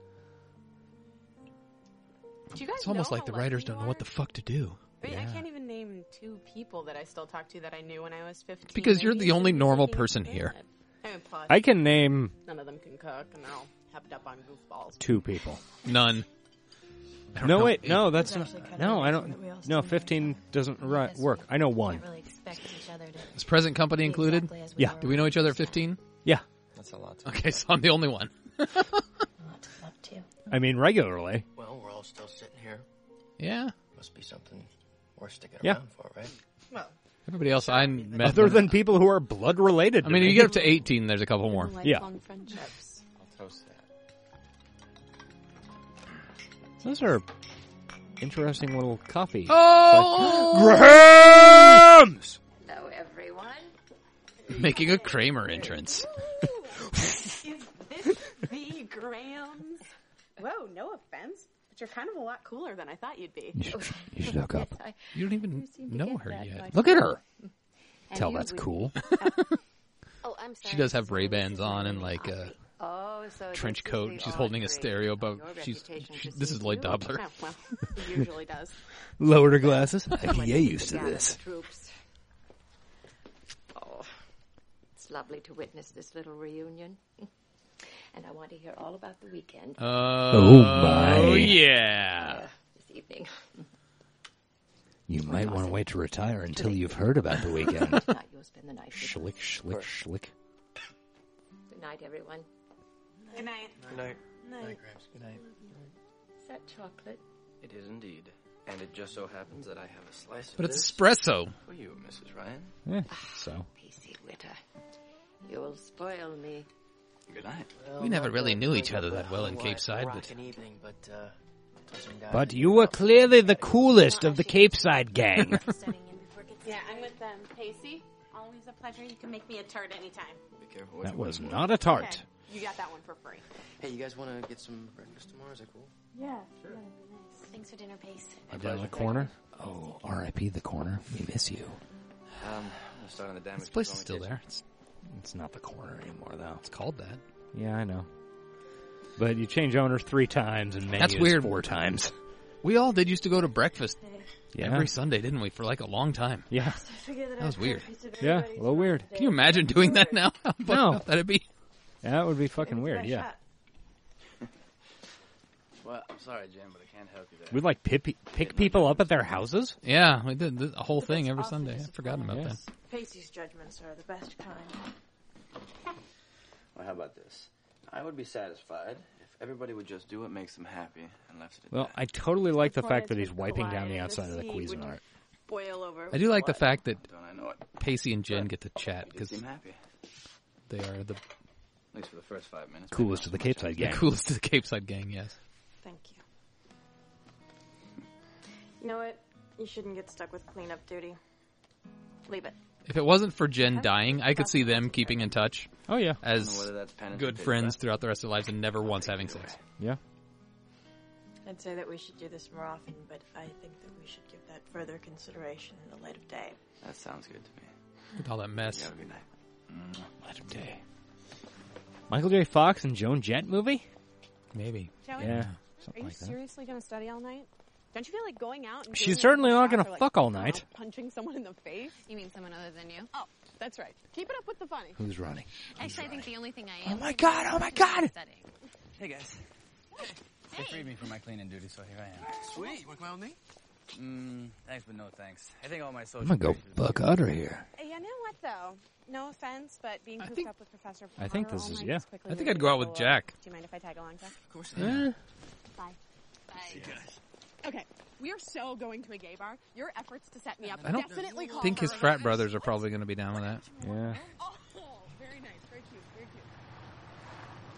Do you guys
It's almost
know
like
how
the
lucky
writers
you
don't know what
are?
the fuck to do.
I mean, I can't even name two people that I still talk to that I knew when I was 15.
because
and
you're
you
the
should
only
be
normal
taking
person
care of
here.
it. I mean, plus,
I can name
none of them can cook, and they're all hepped up on goofballs.
two people.
None. I don't
No,
know.
wait, no, that's
actually
not.
kinda
No, I
amazing that we all
don't.
stand
No,
together.
15 doesn't ri- work. I know one.
Can't really expect each other to. be
Is present company included?
Exactly as
Yeah.
were
Do we know each other at 15?
Yeah.
That's a lot.
<laughs>
To
Okay, so I'm the only one.
up to?
I mean, regularly.
Well, we're all still sitting here.
Yeah.
Must be something we're sticking
Yeah.
around for, right?
Well,
Everybody else I met.
Other
when-
than people who are blood related.
I mean,
to
if
me.
you get up to 18, there's a couple more.
<laughs>
Yeah.
lifelong friendships.
I'll toast that.
Those are interesting little coffee.
Oh!
It's like, Grahams!
Hello, everyone.
Making a Kramer entrance.
Is this <laughs> the Grams? Whoa, no offense, but you're kind of a lot cooler than I thought you'd be.
You should look up.
I-
You don't even
seem to
know
get
her
that
yet.
much.
Look at her.
And
Tell
you
that's
would-
cool.
Oh, I'm sorry.
She does have Ray Bans on and like a
Oh, so
trench
this is
coat.
the
She's holding a
Audrey.
stereo above.
Your
She's
reputation
she,
precedes
this is Lloyd
you.
Dobler.
Oh, well, he usually
<laughs>
does.
Lowered her glasses.
Someone
yeah,
needs
used to
gather the
this.
Troops. Oh, it's lovely to witness this little reunion. And I want to hear all about the weekend.
Oh,
my.
<laughs> Oh yeah.
This evening.
You might want to wait to retire until you've heard about the weekend.
Tonight you'll spend the night. with us.
schlick, schlick, schlick.
Good night, everyone.
Good night.
Good night.
Night.
Good night.
Is that chocolate?
It is indeed. And it just so happens that I have a slice of
But it's
this
espresso.
for you, Mrs. Ryan.
Yeah, so
Pacey Witter. You'll spoil me.
Good night.
We never really knew each other that well in Cape Side, but
evening, but uh, touching down.
But you were clearly the coolest of the Capeside gang.
Setting in before it gets
Yeah, I'm with them. Pacey, always a pleasure. You can make me a turd anytime.
Be careful. what
that
you wish
was
for.
not a tart.
You got that one for free.
Hey, you guys want to get some breakfast tomorrow? Is that cool?
Yeah.
things for dinner, Pace.
I'm down in the corner. Oh, R.I.P. the corner. We miss you.
Um, I'm gonna start on the damage.
this place is
control
still
in
there.
case-
It's
It's not the corner anymore, though.
it's called that.
Yeah, I know. But you change owners three times and menus
That's weird.
four times.
We all did used to go to breakfast
Yeah.
every Sunday, didn't we? For like a long time.
yeah.
I figured that, I
was
would
weird.
confuse everybody
Yeah, a little
tomorrow.
weird.
Can you imagine doing that now? <laughs> How fucked
No.
up that'd be.
That would be fucking
It's
weird,
my
yeah.
shot.
Well, I'm sorry, Jim, but I can't help you there.
We'd like pip- pick people up at their houses?
Yeah, we did the whole thing every
awfully
Sunday. I'd forgotten about
Yeah.
that.
Pacey's judgments are the best kind.
Well, how about this? I would be satisfied if everybody would just do what makes them happy and left it at
Well,
that.
I totally like the
Why
fact
is
that he's
it
wiping
colliding
down the
in the
outside of the
sea when you-
Cuisinart.
Boil over.
I do like the fact that
Don't I know it?
Pacey and Jen get to chat
Oh, You did
because
seem happy.
they are the
At least for the first five minutes. maybe
Coolest
not
of the
so much
Capeside
the
gang.
<laughs> coolest of the Capeside gang. Yes.
Thank you. You know what? You shouldn't get stuck with cleanup duty. Leave it.
If it wasn't for Jen dying, I could see them keeping in touch
Oh, yeah.
I don't know
as
whether that's penance or
good
big
friends
crap.
throughout the rest of their lives and never once having sex.
Yeah.
I'd say that we should do this more often, but I think that we should give that further consideration in the light of day.
That sounds good to me.
With all that
You
mess.
have a good night.
Light of day. Michael J. Fox and Joan Jett movie?
Maybe.
Joey,
Yeah.
are
Something
you
like that.
seriously going to study all night? Don't you feel like going out? And
She's
doing it
certainly
in the
not gonna
shower, like,
fuck all
I don't know,
night.
punching someone in the face.
You mean someone other than you?
Oh, that's right. Keep it up with the funny.
Who's running?
Actually, I think the only thing I
Oh
am.
my god, oh my god!
Setting.
Hey guys. They freed me from my cleaning duty, so here I am.
Sweet, you want clown me?
Mm, thanks, but no thanks. I think all my social.
I'm gonna go
pressures-
buck Utter here.
Uh, You know what though? No offense, but being hooked
think-
up with Professor
I think
Potter
this
all
is-
night
yeah.
quickly
I think
moving
I'd go out
to
with
a-
Jack.
Do you mind if I tag along, Jack?
Of course.
Bye.
Bye.
Okay, we are so going to a gay bar. Your efforts to set me up
I don't
definitely call
think
for
his frat brothers are probably going to be down with that.
Yeah.
Oh, very nice, very cute, very cute.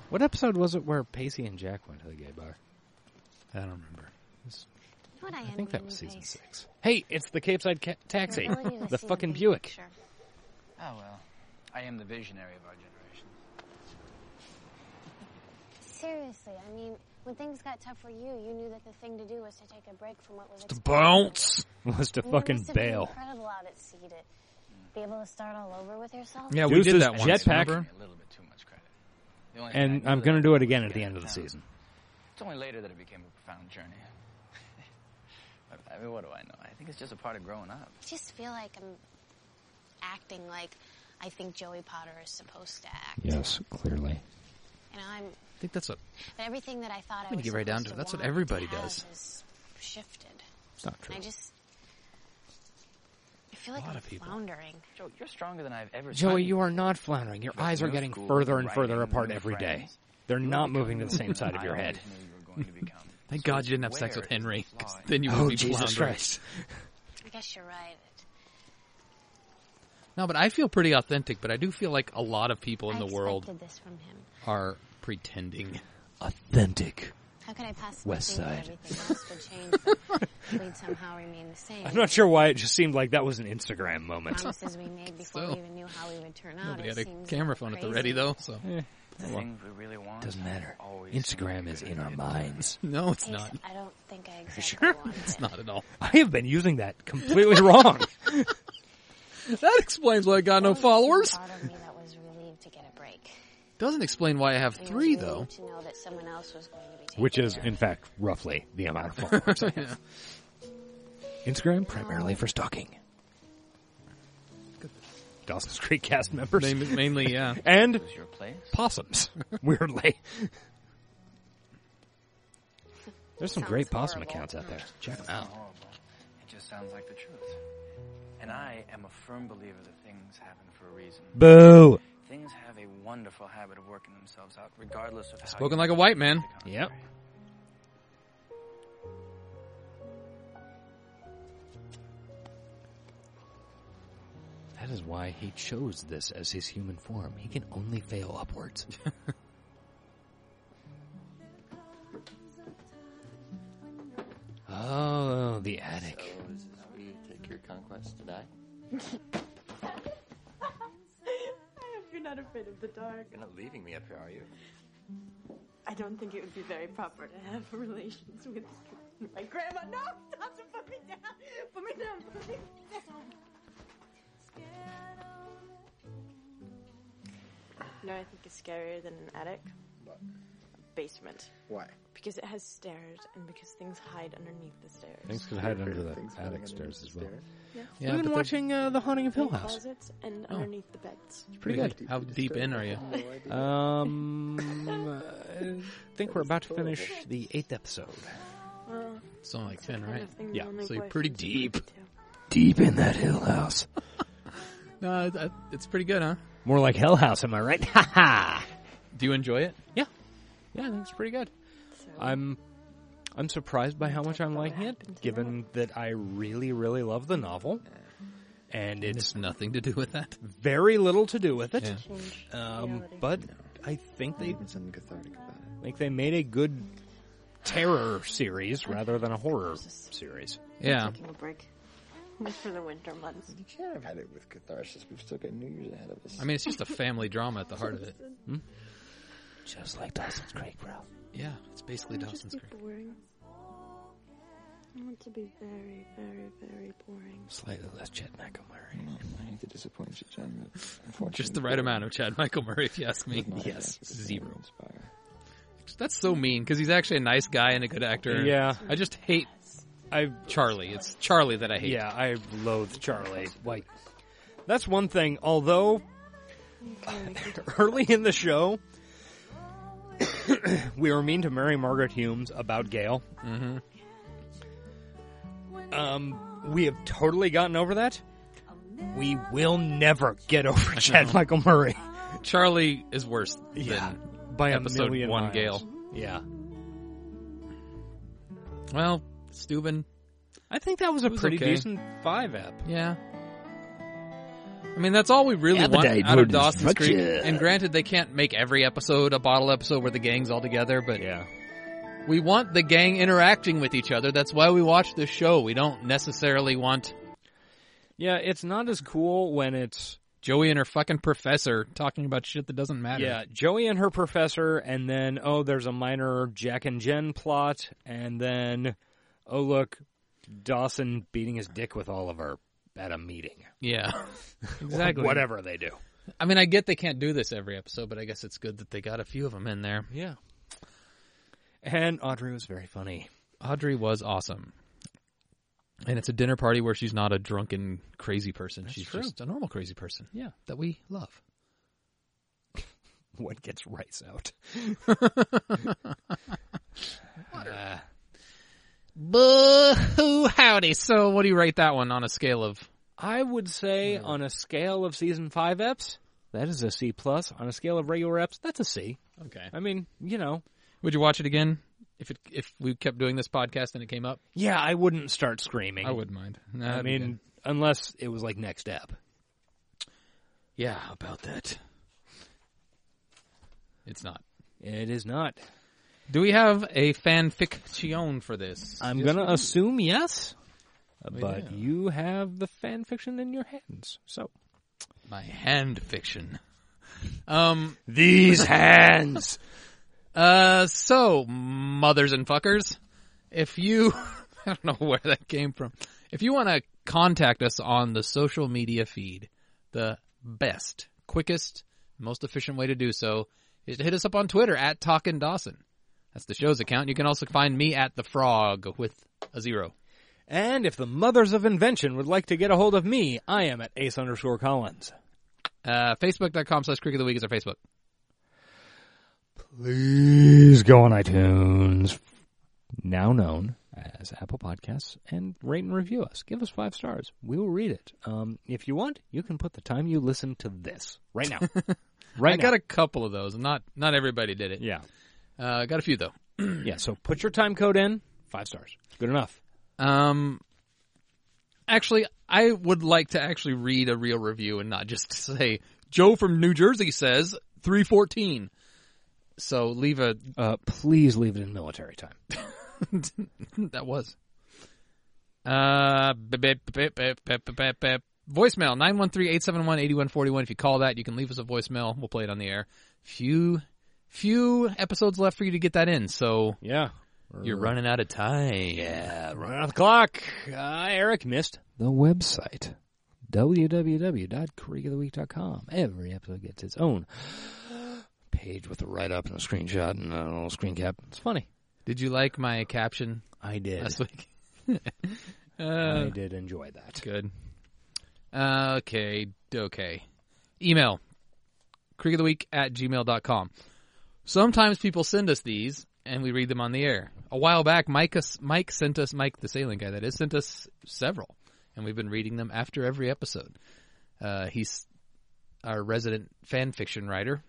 What episode was it where Pacey and Jack went to the gay bar?
I don't remember.
You know what I,
I
envy
think that
in
was
you,
season
Pace?
six. Hey, it's the Capeside ca-
Your
taxi.
ability to
the
see
fucking
big
Buick.
picture.
Oh well, I am the visionary of our generation.
Seriously, I mean, when things got tough for you, you knew that the thing to do was to take a break from what was
To
expected.
bounce.
Was to
I mean, it
fucking
must have been
bail.
incredible out at sea to be able to start all over with yourself.
Yeah, we
Deuces
did that once.
jetpack.
remember?
A little bit too much credit. The only thing I
And
knew
I'm
that
gonna
I
do it
was
again at the
getting
end of the
down.
season.
It's only later that it became a profound journey. <laughs> But, I mean, what do I know? I think it's just a part of growing up.
I just feel like I'm acting like I think Joey Potter is supposed to act.
Yes, clearly.
You know, I'm
I think that's what.
but everything that I thought I
gonna
was
get right down
supposed
to it. That's what
want
everybody
to have
does.
Is shifted.
It's not true.
And I just I feel
A
like
lot
I'm
of people.
floundering.
Joe, you're stronger than I've ever
Joey,
seen.
you are not floundering. Your
You've
eyes are
moved
getting
schools,
further and
writing,
further apart
new
every day.
friends.
They're
You
not
become
moving to the
who <laughs>
same side of
I
your
always
head.
knew you were going to become.
<laughs>
Thank
So
God you didn't have sex
where
with
is
Henry,
the
'cause
flaw?
then you would
Oh,
be
Jesus
floundering.
Christ.
I guess you're right.
No, but I feel pretty authentic. But I do feel like a lot of people in
I
the world
expected this from him.
are pretending.
Authentic.
How could I possibly
West
think that
Side.
everything else would change,
<laughs>
but we'd somehow remain the same?
I'm not sure why it just seemed like that was an Instagram moment.
Promises we made before
<laughs> So.
we even knew how we would turn out.
Nobody
it
had a
seems
camera phone at the ready
crazy. Eh.
though, so
The things we really want.
Doesn't matter. Instagram is in our minds.
No, it's
Ace,
not.
I don't
<laughs>
think I
You
exactly
sure?
want it.
not at all.
I have been using that completely <laughs> wrong.
That explains why I got no followers.
Part of me that was relieved to get a
<laughs>
break.
Doesn't explain why I have
It was
three
relieved
though.
To know that someone else was going to be taking
Which is,
care of
in fact, roughly the amount of followers I have. Instagram primarily for stalking. Dawson's Creek cast members.
Main- mainly, yeah.
and
This is your place.
possums, weirdly. There's some great possum accounts out there. Check them out.
Horrible. Oh, It just sounds like the truth. And I am a firm believer that things happen for a reason.
Boo.
Things have a wonderful habit of working themselves out, regardless of how.
Spoken
you-
like a white man.
Yep. That is why he chose this as his human form. He can only fail <laughs> upwards. oh, the attic.
So is this where you take your conquest to die?
You're not afraid of the dark.
You're not leaving me up here, are you?
I don't think it would be very proper to have relations with my grandma. No, stop! Don't put me down. Put me down. Put me down. No, I think it's scarier than an attic. A basement.
Why?
Because it has stairs, and because things hide underneath the stairs.
Things could hide under the attic stairs as well. Yeah,
We've been
but they're-
watching, uh, The Haunting of Hill
In
House.
Closets
Oh.
and underneath the beds.
Pretty good. How deep in are you?
Um, <laughs> I think we're about to finish the eighth episode.
Well,
It's only like ten, right?
thing Yeah. only
So you're
boyfriends
pretty
would
deep.
Deep in that hill house.
<laughs> No, it- it- it's pretty good, huh?
More like Hell House, am I right? <laughs> Ha ha!
Do you enjoy it?
Yeah. Yeah, I think it's pretty good. I'm I'm surprised by how much I'm liking it, given that Uh, I really, really love the novel. And it's
nothing to do with that.
Very little to do with it.
Yeah.
Um, but I think they something cathartic about it. Like they made a good terror series rather than a horror series.
Taking a break for the winter months. You
can't have had it with catharsis. We've still got New Year's ahead of us.
I mean, it's just a family drama at the heart of it.
Hmm?
Just like Dawson's Creek, bro. Yeah, it's basically Dawson's Creek.
boring. I want to be very, very, very boring.
Slightly less Chad McElmurray.
I hate to disappoint you, John. but unfortunately-
Just the right amount of Chad Michael Murray, if you ask me. Yes, zero. That's so mean because he's actually a nice guy and a good actor.
Yeah.
I just hate.
I
Charlie. It's Charlie that I hate.
Yeah, I loathe Charlie. Like that's one thing. Although <laughs> early in the show, <coughs> we were mean to Mary Margaret Humes about Gail. Mm-hmm. Um, we have totally gotten over that. We will never get <laughs> over Chad Michael Murray.
Charlie is worse
Yeah,
than
by a
episode
million
one.
miles.
Gale.
Yeah.
Well, Steuben.
I think that was a
It was
pretty
okay.
decent five app.
Yeah. I mean, that's all we really want
Appetite
out
for
of Dawson's Creek.
destruction.
And granted, they can't make every episode a bottle episode where the gang's all together, but
yeah.
We want the gang interacting with each other. That's why we watch this show. We don't necessarily want
Yeah, it's not as cool when it's
Joey and her fucking professor talking about shit that doesn't matter.
Yeah, Joey and her professor, and then oh, there's a minor Jack and Jen plot, and then oh look, Dawson beating his dick with Oliver at a meeting.
Yeah. Exactly.
Whatever they do.
I mean, I get they can't do this every episode, but I guess it's good that they got a few of them in there.
Yeah. And Audrey was very funny. <laughs>
Audrey was awesome. And it's a dinner party where she's not a drunken crazy person. she's
true.
just a normal crazy person. Yeah, that we love.
What gets rice out? Uh,
Boo howdy. So, what do you rate that one on a scale of?
I would say on a scale of season five eps, that is a C plus. On a scale of regular eps, that's a C.
Okay.
I mean, you know,
Would you watch it again if it if we kept doing this podcast and it came up?
yeah, I wouldn't start screaming.
I wouldn't mind. No,
I
that'd be
mean, unless it was like next ep.
Yeah, about that. It's not.
It is not.
Do we have a fanfiction for this?
I'm gonna assume yes, but
do.
you have the fan fiction in your hands, so
my hand fiction. Um,
These hands.
uh, so mothers and fuckers, if you, <laughs> I don't know where that came from. If you want to contact us on the social media feed, the best, quickest, most efficient way to do so is to hit us up on Twitter at Talkin Dawson. That's the show's account. You can also find me at the Frog with a zero.
<laughs> And if the mothers of invention would like to get a hold of me, I am at ace underscore collins.
Uh, Facebook.com slash Creek of the Week is our Facebook.
Please go on iTunes, now known as Apple Podcasts, and rate and review us. Give us five stars. We will read it. Um, if you want, you can put the time you listen to this right <laughs> now. right
I
now.
got a couple of those. Not not everybody did it.
Yeah.
Uh, got a few though.
yeah, so put your time code in. Five stars. Good enough.
Um, actually, I would like to actually read a real review and not just <laughs> say Joe from New Jersey says three fourteen. So leave a <laughs>
Uh, please leave it in military time.
that was. Uh, bip, bip, bip, bip, bip, bip, bip, bip. voicemail 913-871-8141 if you call that you can leave us a voicemail we'll play it on the air few few episodes left for you to get that in so
yeah
you're running out of time yeah
running out of the clock uh, eric missed The website, www.creekoftheweek.com. Every episode gets its own page with a write up and a screenshot and a little screen cap. It's funny.
Did you like my caption?
I did.
Last week.
I did enjoy that.
Good. Uh, okay. Okay. Email creek of the week at gmail.com. Sometimes people send us these and we read them on the air. A while back, Mike, Mike sent us, Mike the sailing guy that is, sent us several and we've been reading them after every episode. Uh, he's our resident fan fiction writer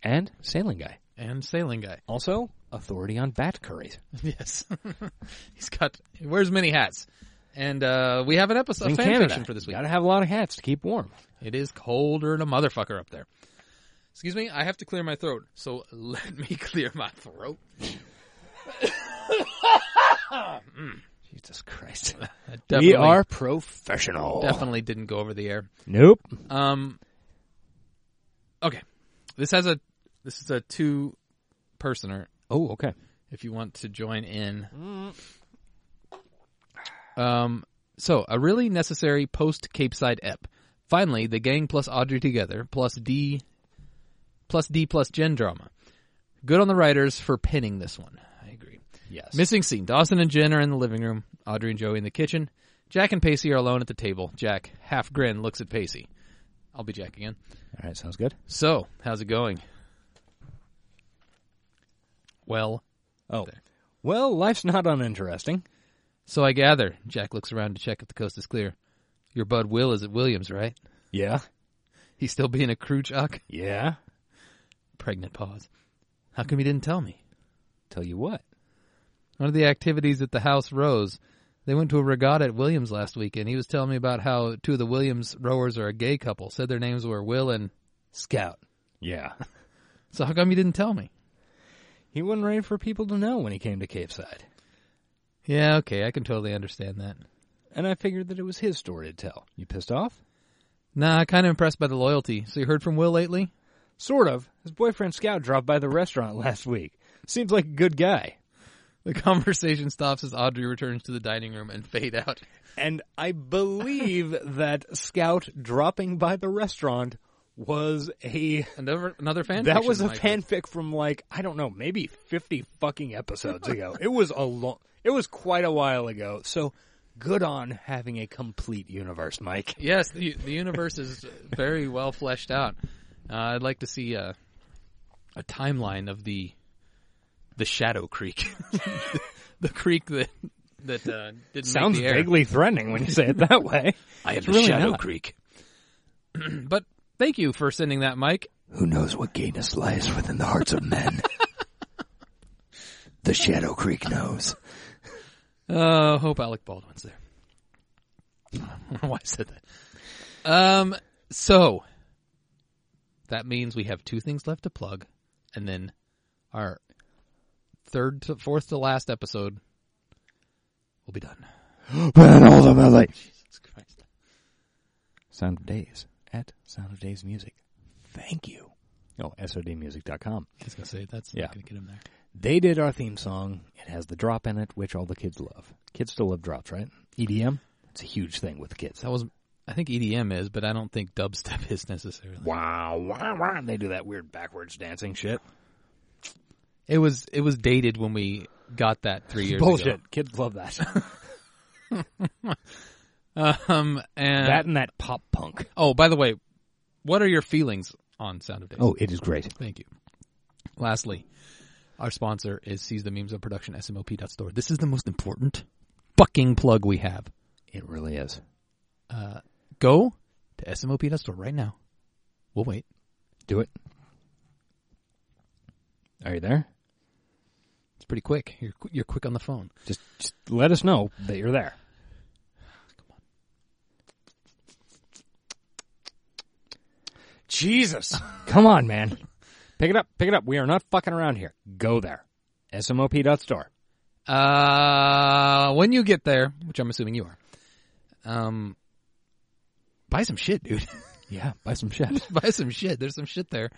And sailing guy.
and
<laughs>
sailing guy.
Also, authority on bat curries.
Yes. <laughs> He's got he wears many hats. And uh, we have an episode
In
of fan
Canada,
fiction for this week.
Gotta have a lot of hats to keep warm.
It is colder than a motherfucker up there. Excuse me, I have to clear my throat. So <laughs> let me clear my throat. Mm.
Jesus Christ.
That
we
definitely-
are <laughs> professional.
Definitely didn't go over the air.
Nope.
Um Okay. This has a this is a two personer.
Oh, okay.
If you want to join in. Um, so a really necessary post Capeside ep. Finally, the gang plus Audrey together plus D plus D plus Gen drama. Good on the writers for penning this one. I agree.
Yes.
Missing scene: Dawson and Jen are in the living room. Audrey and Joey in the kitchen. Jack and Pacey are alone at the table. Jack half grin looks at Pacey. I'll be Jack again.
All right, sounds good.
So, how's it going? Well,
oh, well, life's not uninteresting.
So I gather. Jack looks around to check if the coast is clear. Your bud Will is at Williams, right?
Yeah.
He's still being a crew chuck.
Yeah.
Pregnant pause. How come you didn't tell me?
Tell you what?
One of the activities at the house rose. They went to a regatta at Williams last weekend. He was telling me about how two of the Williams rowers are a gay couple. Said their names were Will and Scout.
Yeah.
So how come you didn't tell me?
<laughs> He wasn't ready for people to know when he came to Capeside.
Yeah, okay, I can totally understand that.
And I figured that it was his story to tell. You pissed off?
Nah, kind of impressed by the loyalty. So you heard from Will lately? <laughs>
Sort of. His boyfriend Scout dropped by the restaurant <laughs> last week. Seems like a good guy.
The conversation stops as Audrey returns to the dining room and fade out.
And I <laughs> believe that Scout dropping by the restaurant was a
another another fan.
That
fiction,
was a
Michael.
fanfic from like I don't know, maybe fifty fucking episodes ago. it was a long. It was quite a while ago. So good on having a complete universe, Mike.
Yes, the the universe is very well fleshed out. Uh, I'd like to see a a timeline of the the Shadow Creek, <laughs> the creek that that uh, didn't
Sounds
make the air.
vaguely threatening when you say it that way.
I am
It's
the
really
Shadow
not.
Creek. but thank you for sending that, Mike.
Who knows what gayness lies within the hearts of men? the Shadow Creek
<gasps>
knows.
Uh, hope Alec Baldwin's there. <laughs> I don't know why I said that. Um, so that means we have two things left to plug, and then our third to fourth to last episode, we'll be done. Jesus Christ.
Sound of Days at Sound of Days Music. Thank you. Oh, sodmusic.com.
I was gonna say that's
Yeah.
not gonna get him there.
They did our theme song. It has the drop in it, which all the kids love. Kids still love drops, right? EDM. It's a huge thing with kids.
That was, I think EDM is, but I don't think dubstep <laughs> is necessarily.
Wow, wow, wow. They do that weird backwards dancing shit.
It was it was dated when we got that three years
Bullshit.
ago.
Kids love
<laughs>
that.
Um, and
That and that pop punk.
Oh, by the way, what are your feelings on Sound of Days?
Oh, it is great.
Thank you. Lastly, our sponsor is Seize the Memes of Production, SMOP.store. This is the most important fucking plug we have.
It really is.
Uh, go to SMOP.store right now. We'll wait.
Do it. Are you there?
It's pretty quick. You're, qu- you're quick on the phone.
Just, just let us know that you're there. Jesus. <laughs> Come on, man. Pick it up. Pick it up. We are not fucking around here. Go there. SMOP.store.
Uh, when you get there, which I'm assuming you are, um, buy some shit, dude. <laughs>
Yeah, buy some shit.
buy some shit. There's some shit there.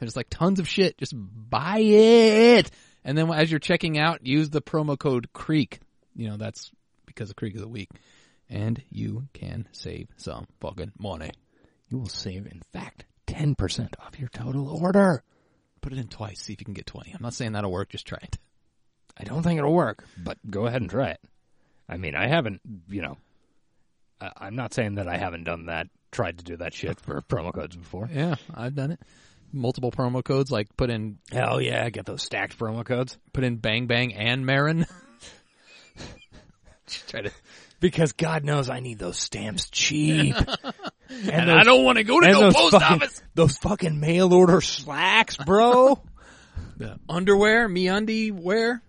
There's like tons of shit. Just buy it. And then as you're checking out, use the promo code Creek. You know, that's because the Creek is a week. And you can save some fucking money.
You will save, in fact, 10% off your total order.
Put it in twice. See if you can get 20. I'm not saying that'll work. Just try it.
I don't think it'll work, but go ahead and try it. I mean, I haven't, you know, I, I'm not saying that I haven't done that, tried to do that shit for promo codes before.
Yeah, I've done it. Multiple promo codes, like put in
Hell yeah, get those stacked promo codes.
put in Bang Bang and Marin. Just try to,
Because God knows I need those stamps
<laughs>
cheap.
and, I
those-
don't want to go to
and
no
those
post
fucking-
office.
Those fucking mail order slacks,
<laughs>
bro.
The underwear, me undie wear.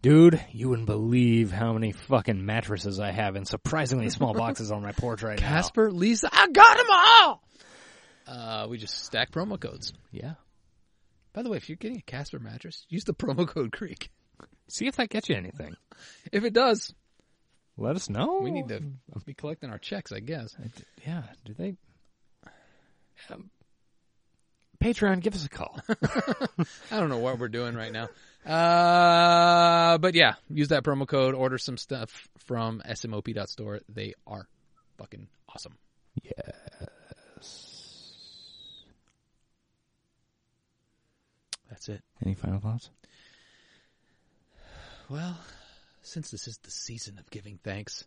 Dude, you wouldn't believe how many fucking mattresses I have in surprisingly small boxes on my porch right
Casper, Lisa, I got them all. Uh, we just stack promo codes.
now. Yeah.
By the way, if you're getting a Casper mattress, use the <laughs> promo code Creek.
See if that gets you anything.
If it does,
Let us know.
we need to be collecting our checks, I guess.
Yeah, do they? Um, Patreon, give us a
<laughs>
call.
I don't know what we're doing right now. Uh, but yeah, use that promo code. Order some stuff from smop.store. They are fucking awesome. That's it.
Any final thoughts?
Well, since this is the season of giving thanks,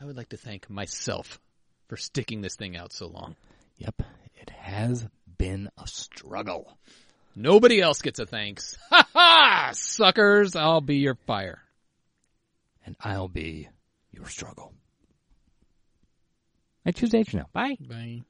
I would like to thank myself for sticking this thing out so long.
Yep, it has been a struggle.
Nobody else gets a thanks. <laughs> Ha ha! Suckers, I'll be your fire.
And I'll be your struggle. I choose H now. Bye.
Bye.